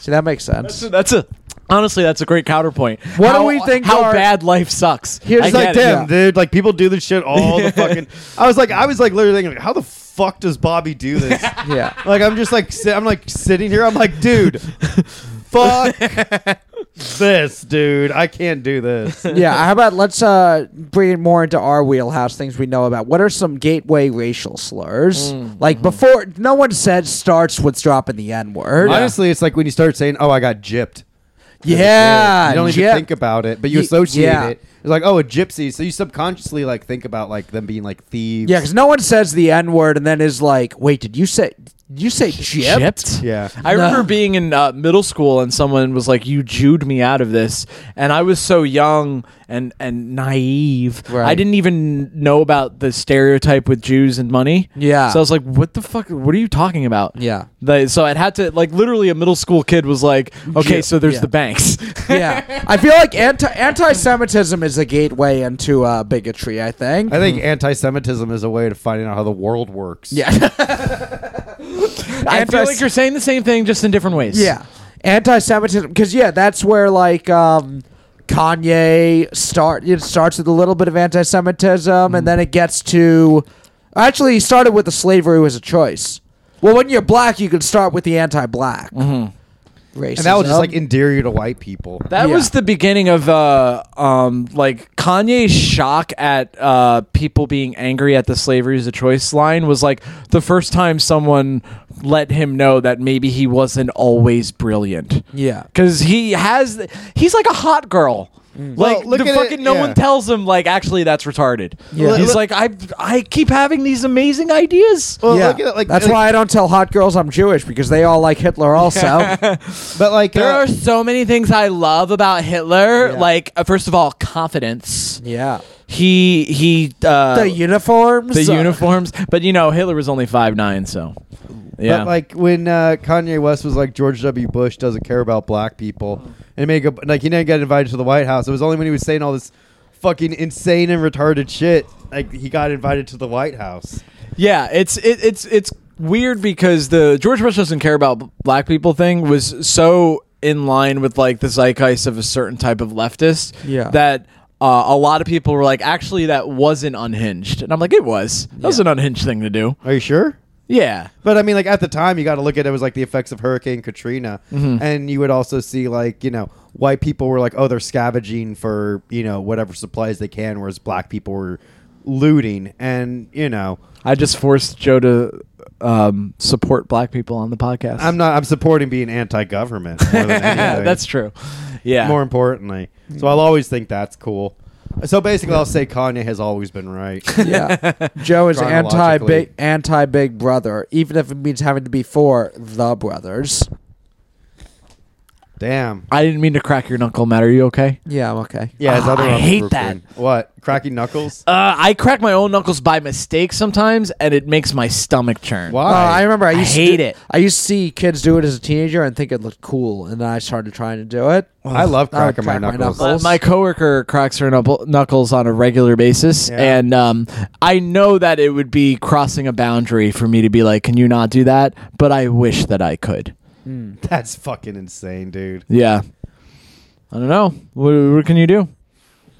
B: See, that makes sense.
C: That's a honestly, that's a great counterpoint.
B: What do
C: how,
B: we think
C: How
B: are-
C: bad life sucks.
B: Here's
C: I
A: it's like
C: get it.
A: damn
B: yeah.
A: dude like people do this shit all the fucking i was like i was like literally thinking like, how the fuck does bobby do this
B: Yeah.
A: like i'm just like si- i'm like sitting here i'm like dude fuck this, dude. I can't do this.
B: yeah. How about let's uh, bring it more into our wheelhouse? Things we know about. What are some gateway racial slurs?
A: Mm, mm-hmm.
B: Like before, no one said starts with dropping the n word.
A: Honestly, it's like when you start saying, "Oh, I got gypped."
B: yeah,
A: you don't even
B: yeah.
A: think about it, but you
B: Ye-
A: associate
B: yeah.
A: it. It's like, oh, a gypsy. So you subconsciously like think about like them being like thieves.
B: Yeah, because no one says the N word and then is like, wait, did you say did you say gypped?
C: Gypped?
A: Yeah.
C: I
B: No.
C: remember being in uh, middle school and someone was like, "You Jewed me out of this," and I was so young and and naive. I
B: Right.
C: didn't even know about the stereotype with Jews and money.
B: Yeah.
C: So I was like, "What the fuck? What are you talking about?"
B: Yeah.
C: They- so I had to like literally a middle school kid was like, "Okay,
B: Yeah.
C: so there's
B: Yeah.
C: the banks."
B: yeah, I feel like anti anti Semitism is a gateway into uh, bigotry. I think.
A: I think anti-Semitism is a way to finding out how the world works.
B: Mm-hmm. yeah,
C: I feel
B: Anti-
C: like you're saying the same thing just in different ways.
B: yeah, anti Semitism because yeah, that's where like um, Kanye start. It starts with a little bit of anti Semitism,
A: Hmm.
B: and then it gets to actually he started with the slavery was a choice. Well, when you're black, you can start with the anti-black racism,
A: Mm-hmm. and that will just like endear you to white people.
C: That
B: Yeah.
C: was the beginning of uh, um, like Kanye's shock at uh, people being angry at the slavery is a choice line was like the first time someone let him know that maybe he wasn't always brilliant.
B: yeah.
C: Because he has, he's like a hot girl. Like
A: Well, look at
C: the
A: it-
C: fucking no
A: yeah.
C: one tells him like actually that's retarded.
B: Yeah.
C: He's
A: Look-
C: like I I keep having these amazing ideas.
A: Well,
B: yeah.
A: look at it, like
B: that's
A: like-
B: why I don't tell hot girls I'm Jewish because they all like Hitler also.
A: But like,
C: There
A: uh,
C: are so many things I love about Hitler.
B: Yeah.
C: Like uh, first of all, confidence.
B: yeah.
C: He he uh,
B: The uniforms.
C: the
B: uh,
C: uniforms. But you know, Hitler was only five nine, so yeah.
A: But like when uh, Kanye West was like George W. Bush doesn't care about black people, and make a, like he didn't get invited to the White House. It was only when he was saying all this fucking insane and retarded shit, like he got invited to the White House.
C: yeah, it's it, it's it's weird because the George Bush doesn't care about b- black people thing was so in line with like the zeitgeist of a certain type of leftist.
B: Yeah.
C: that. Uh, a lot of people were like, actually, that wasn't unhinged, and I'm like, it was. That was
B: Yeah.
C: an unhinged thing to do.
A: Are you sure?
C: Yeah,
A: But I mean, like at the time, you got to look at it was like the effects of Hurricane Katrina, and you would also see like you know white people were like, oh, they're scavenging for you know whatever supplies they can, whereas black people were looting, and you know
C: I just forced Joe to um, support black people on the podcast.
A: I'm not I'm supporting being anti-government. More than anything.
C: That's true. Yeah,
A: more importantly. So I'll always think that's cool. So basically, I'll say Kanye has always been right.
B: Yeah. Joe is anti
A: Chronologically.
B: big anti Big Brother, even if it means having to be for the brothers.
A: Damn.
C: I didn't mean to crack your knuckle, Matt. Are you okay?
B: Yeah, I'm okay.
A: Yeah, his
C: Ah,
A: other
C: I
A: uncles
C: hate
A: were
C: that.
A: cool. What? Cracking knuckles?
C: Uh, I crack my own knuckles by mistake sometimes, and it makes my stomach churn.
B: Uh, I
A: Why?
B: remember I
C: I
B: used
C: hate
B: to,
C: it.
B: I used to see kids do it as a teenager and think it looked cool, and then I started trying to do it.
A: I love
B: I would
A: cracking my
B: crack my
A: knuckles.
B: knuckles.
C: Uh, my coworker cracks her knuckle- knuckles on a regular basis,
A: Yeah.
C: and um, I know that it would be crossing a boundary for me to be like, "Can you not do that?" But I wish that I could.
A: That's fucking insane, dude.
C: Yeah, I don't know. What, what can you do?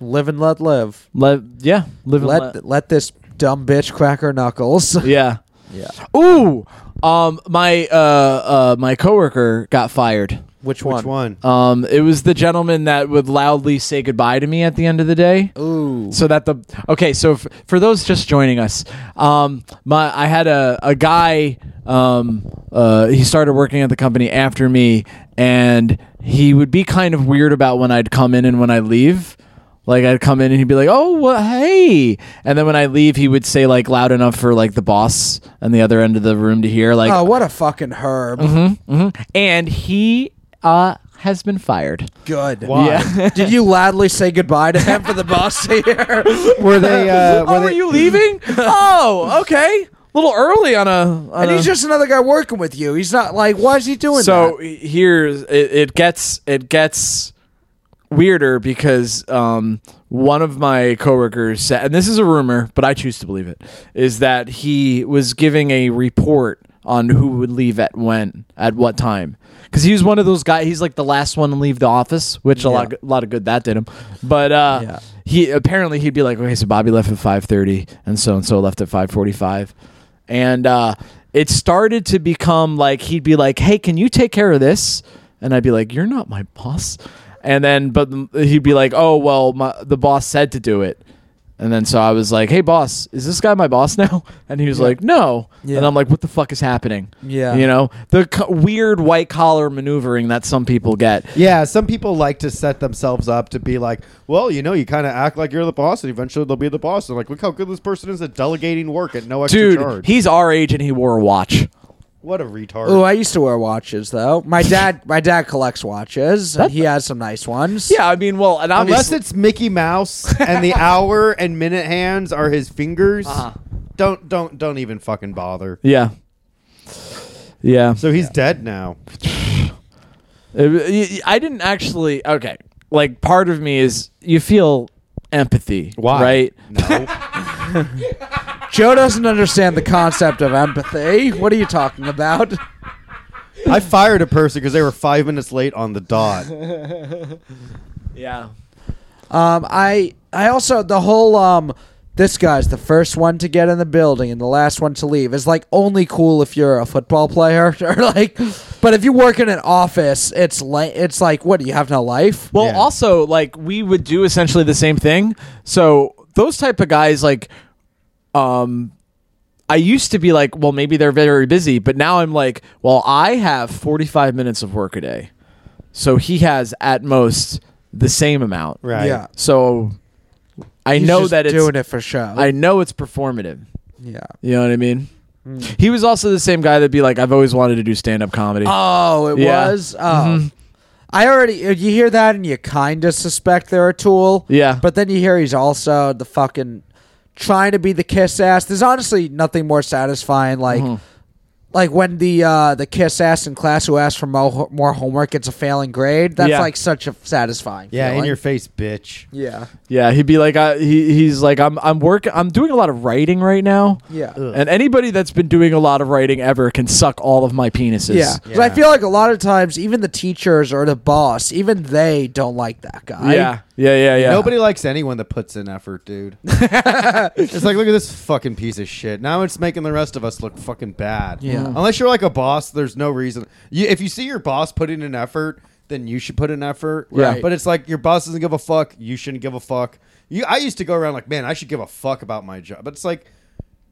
B: Live and let live.
C: Let yeah, live and
B: Let
C: let.
B: let this dumb bitch crack her knuckles.
C: yeah.
B: yeah.
C: Ooh, um, my uh, uh, my coworker got fired.
B: Which one?
A: Which one?
C: Um, it was the gentleman that would loudly say goodbye to me at the end of the day.
B: Ooh.
C: So that the okay, so f- for those just joining us, um, my I had a a guy. Um, uh, he started working at the company after me, and he would be kind of weird about when I'd come in and when I leave. Like I'd come in and he'd be like, "Oh, well, hey," and then when I leave, he would say like loud enough for like the boss on the other end of the room to hear. Like,
B: oh, what a fucking herb.
C: hmm and he uh has been fired.
B: Good.
A: Why?
C: Yeah.
B: Did you loudly say goodbye to him for the boss here?
A: Were they? Uh, were
C: oh,
A: they,
C: are you leaving? oh, okay. A little early on a. On
B: And
C: a-
B: he's just another guy working with you. He's not like, why is he doing
C: so
B: that?
C: he- here's it, it gets it gets weirder because um, one of my coworkers said, and this is a rumor, but I choose to believe it, is that he was giving a report on who would leave at when at what time because he was one of those guys he's like the last one to leave the office which a lot a lot of good that did him but uh
B: Yeah.
C: he apparently he'd be like, okay, so Bobby left at five thirty, and so and so left at five forty-five, and uh, it started to become like he'd be like, hey, can you take care of this? And I'd be like, you're not my boss. and then but the- he'd be like, "Oh well, my, the boss said to do it," and then so I was like, "Hey boss, is this guy my boss now?" And he was like, "No,"
B: Yeah.
C: and I'm like, "What the fuck is happening?"
B: Yeah.
C: you know the co- weird white collar maneuvering that some people get.
A: Yeah, some people like to set themselves up to be like, well, you know, you kind of act like you're the boss, and eventually they'll be the boss. And like, look how good this person is at delegating work at no extra
C: Dude,
A: charge.
C: he's our age and he wore a watch.
A: what a retard!
B: Oh, I used to wear watches though. My dad, my dad collects watches, and he has some nice ones.
C: Yeah, I mean, well, and
A: Unless
C: obviously,
A: it's Mickey Mouse and the hour and minute hands are his fingers,
C: Uh-huh.
A: don't don't don't even fucking bother.
C: yeah, yeah.
A: So he's dead now.
C: Uh, y- y- I didn't actually. Okay, like part of me is you feel empathy,
A: Why?
C: right?
A: No.
B: Joe doesn't understand the concept of empathy. What are you talking about?
A: I fired a person because they were five minutes late on the dot.
C: Yeah.
B: Um, I I also the whole um this guy's the first one to get in the building and the last one to leave is like only cool if you're a football player or like, but if you work in an office, it's like it's like what do you have no life?
C: Well,
A: Yeah.
C: also like we would do essentially the same thing. So those type of guys, like, um, I used to be like, well, maybe they're very busy, but now I'm like, well, I have 45 minutes of work a day, so he has at most the same amount.
A: Right.
B: yeah,
C: So I
B: He's
C: know
B: just
C: that it's
B: doing it for show.
C: I know it's performative.
B: yeah.
C: You know what I mean?
B: Hmm.
C: He was also the same guy that'd be like, I've always wanted to do stand up comedy.
B: Oh, it
C: Yeah. Mm-hmm.
B: was. Oh. I already uh, you hear that and you kind of suspect they're a tool.
C: Yeah.
B: But then you hear he's also the fucking trying to be the kiss ass. There's honestly nothing more satisfying like
C: Mm-hmm.
B: like when the uh the kiss ass in class who asks for more, more homework gets a failing grade. That's
C: Yeah.
B: like such a satisfying.
A: Yeah, in
B: feeling.
A: your face, bitch.
B: Yeah.
C: yeah, he'd be like, I, he, he's like, I'm I'm working, I'm doing a lot of writing right now.
B: Yeah.
A: Ugh.
C: And anybody that's been doing a lot of writing ever can suck all of my penises.
B: Yeah. 'Cause I
A: Yeah.
B: feel like a lot of times even the teachers or the boss, even they don't like that guy.
C: Yeah. Yeah. Yeah. Yeah.
A: Nobody likes anyone that puts in effort, dude. it's like, look at this fucking piece of shit. Now it's making the rest of us look fucking bad.
C: Mm.
B: Yeah.
A: Unless you're like a boss, there's no reason. You, if you see your boss putting in effort, then you should put in effort.
C: Right.
A: But it's like your boss doesn't give a fuck. You shouldn't give a fuck. You, I used to go around like, man, I should give a fuck about my job. But it's like,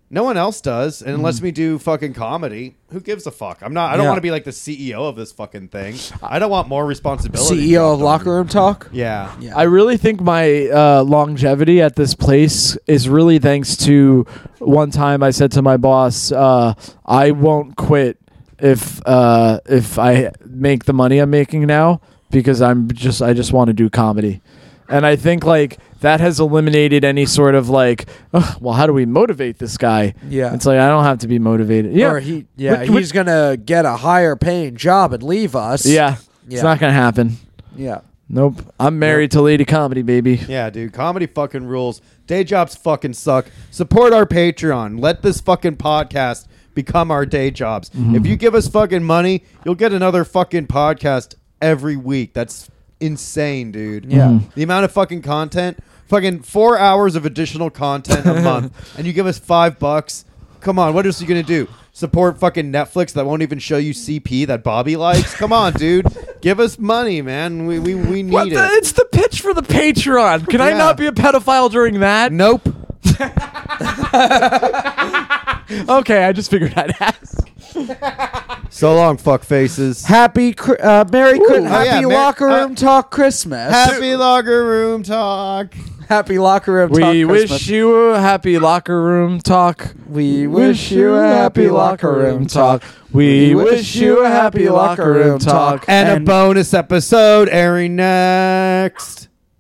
A: no one else does, and it lets me do fucking comedy. Who gives a fuck? I'm not. I don't
C: Mm. Yeah.
A: want to be like the CEO of this fucking thing. I don't want more responsibility.
C: E
B: CEO E of locker room talk.
A: Yeah. Yeah.
C: I really think my uh, longevity at this place is really thanks to one time I said to my boss, uh, "I won't quit if uh, if I make the money I'm making now because I'm just I just want to do comedy," and I think like that has eliminated any sort of like, "Ugh, well, how do we motivate this guy?
B: Yeah.
C: it's like I don't have to be motivated. Yeah,
B: Or he, yeah,
C: Which-
B: he's
C: which-
B: gonna get a higher paying job and leave us. Yeah.
C: yeah, it's not gonna happen.
B: yeah.
C: Nope, I'm married to Lady Comedy, baby.
A: dude. Comedy fucking rules. Day jobs fucking suck. Support our Patreon. Let this fucking podcast become our day jobs.
C: Mm-hmm.
A: If you give us fucking money, you'll get another fucking podcast every week. That's insane, dude.
B: Yeah.
C: Mm-hmm.
B: Mhm.
A: The amount of fucking content, fucking four hours of additional content a month, and you give us five bucks. Come on, what else are you gonna do? Support fucking Netflix that won't even show you CP that Bobby likes? Come on, dude. Give us money, man. We we, we need
C: What
A: it.
C: the, it's the pitch for the Patreon. Can I
A: Yeah.
C: not be a pedophile during that?
A: Nope.
C: Okay, I just figured I'd ask.
A: So long, fuck faces.
B: Happy, Chri- uh, Merry, Chri-
A: oh,
B: happy
A: yeah, Mer-
B: locker room
A: uh,
B: talk Christmas.
A: Happy locker room talk.
B: happy locker room talk.
C: We wish
B: Christmas.
C: you a happy locker room talk.
B: We wish you a happy locker room talk.
C: We wish you a happy locker room talk.
A: And, a bonus episode airing next.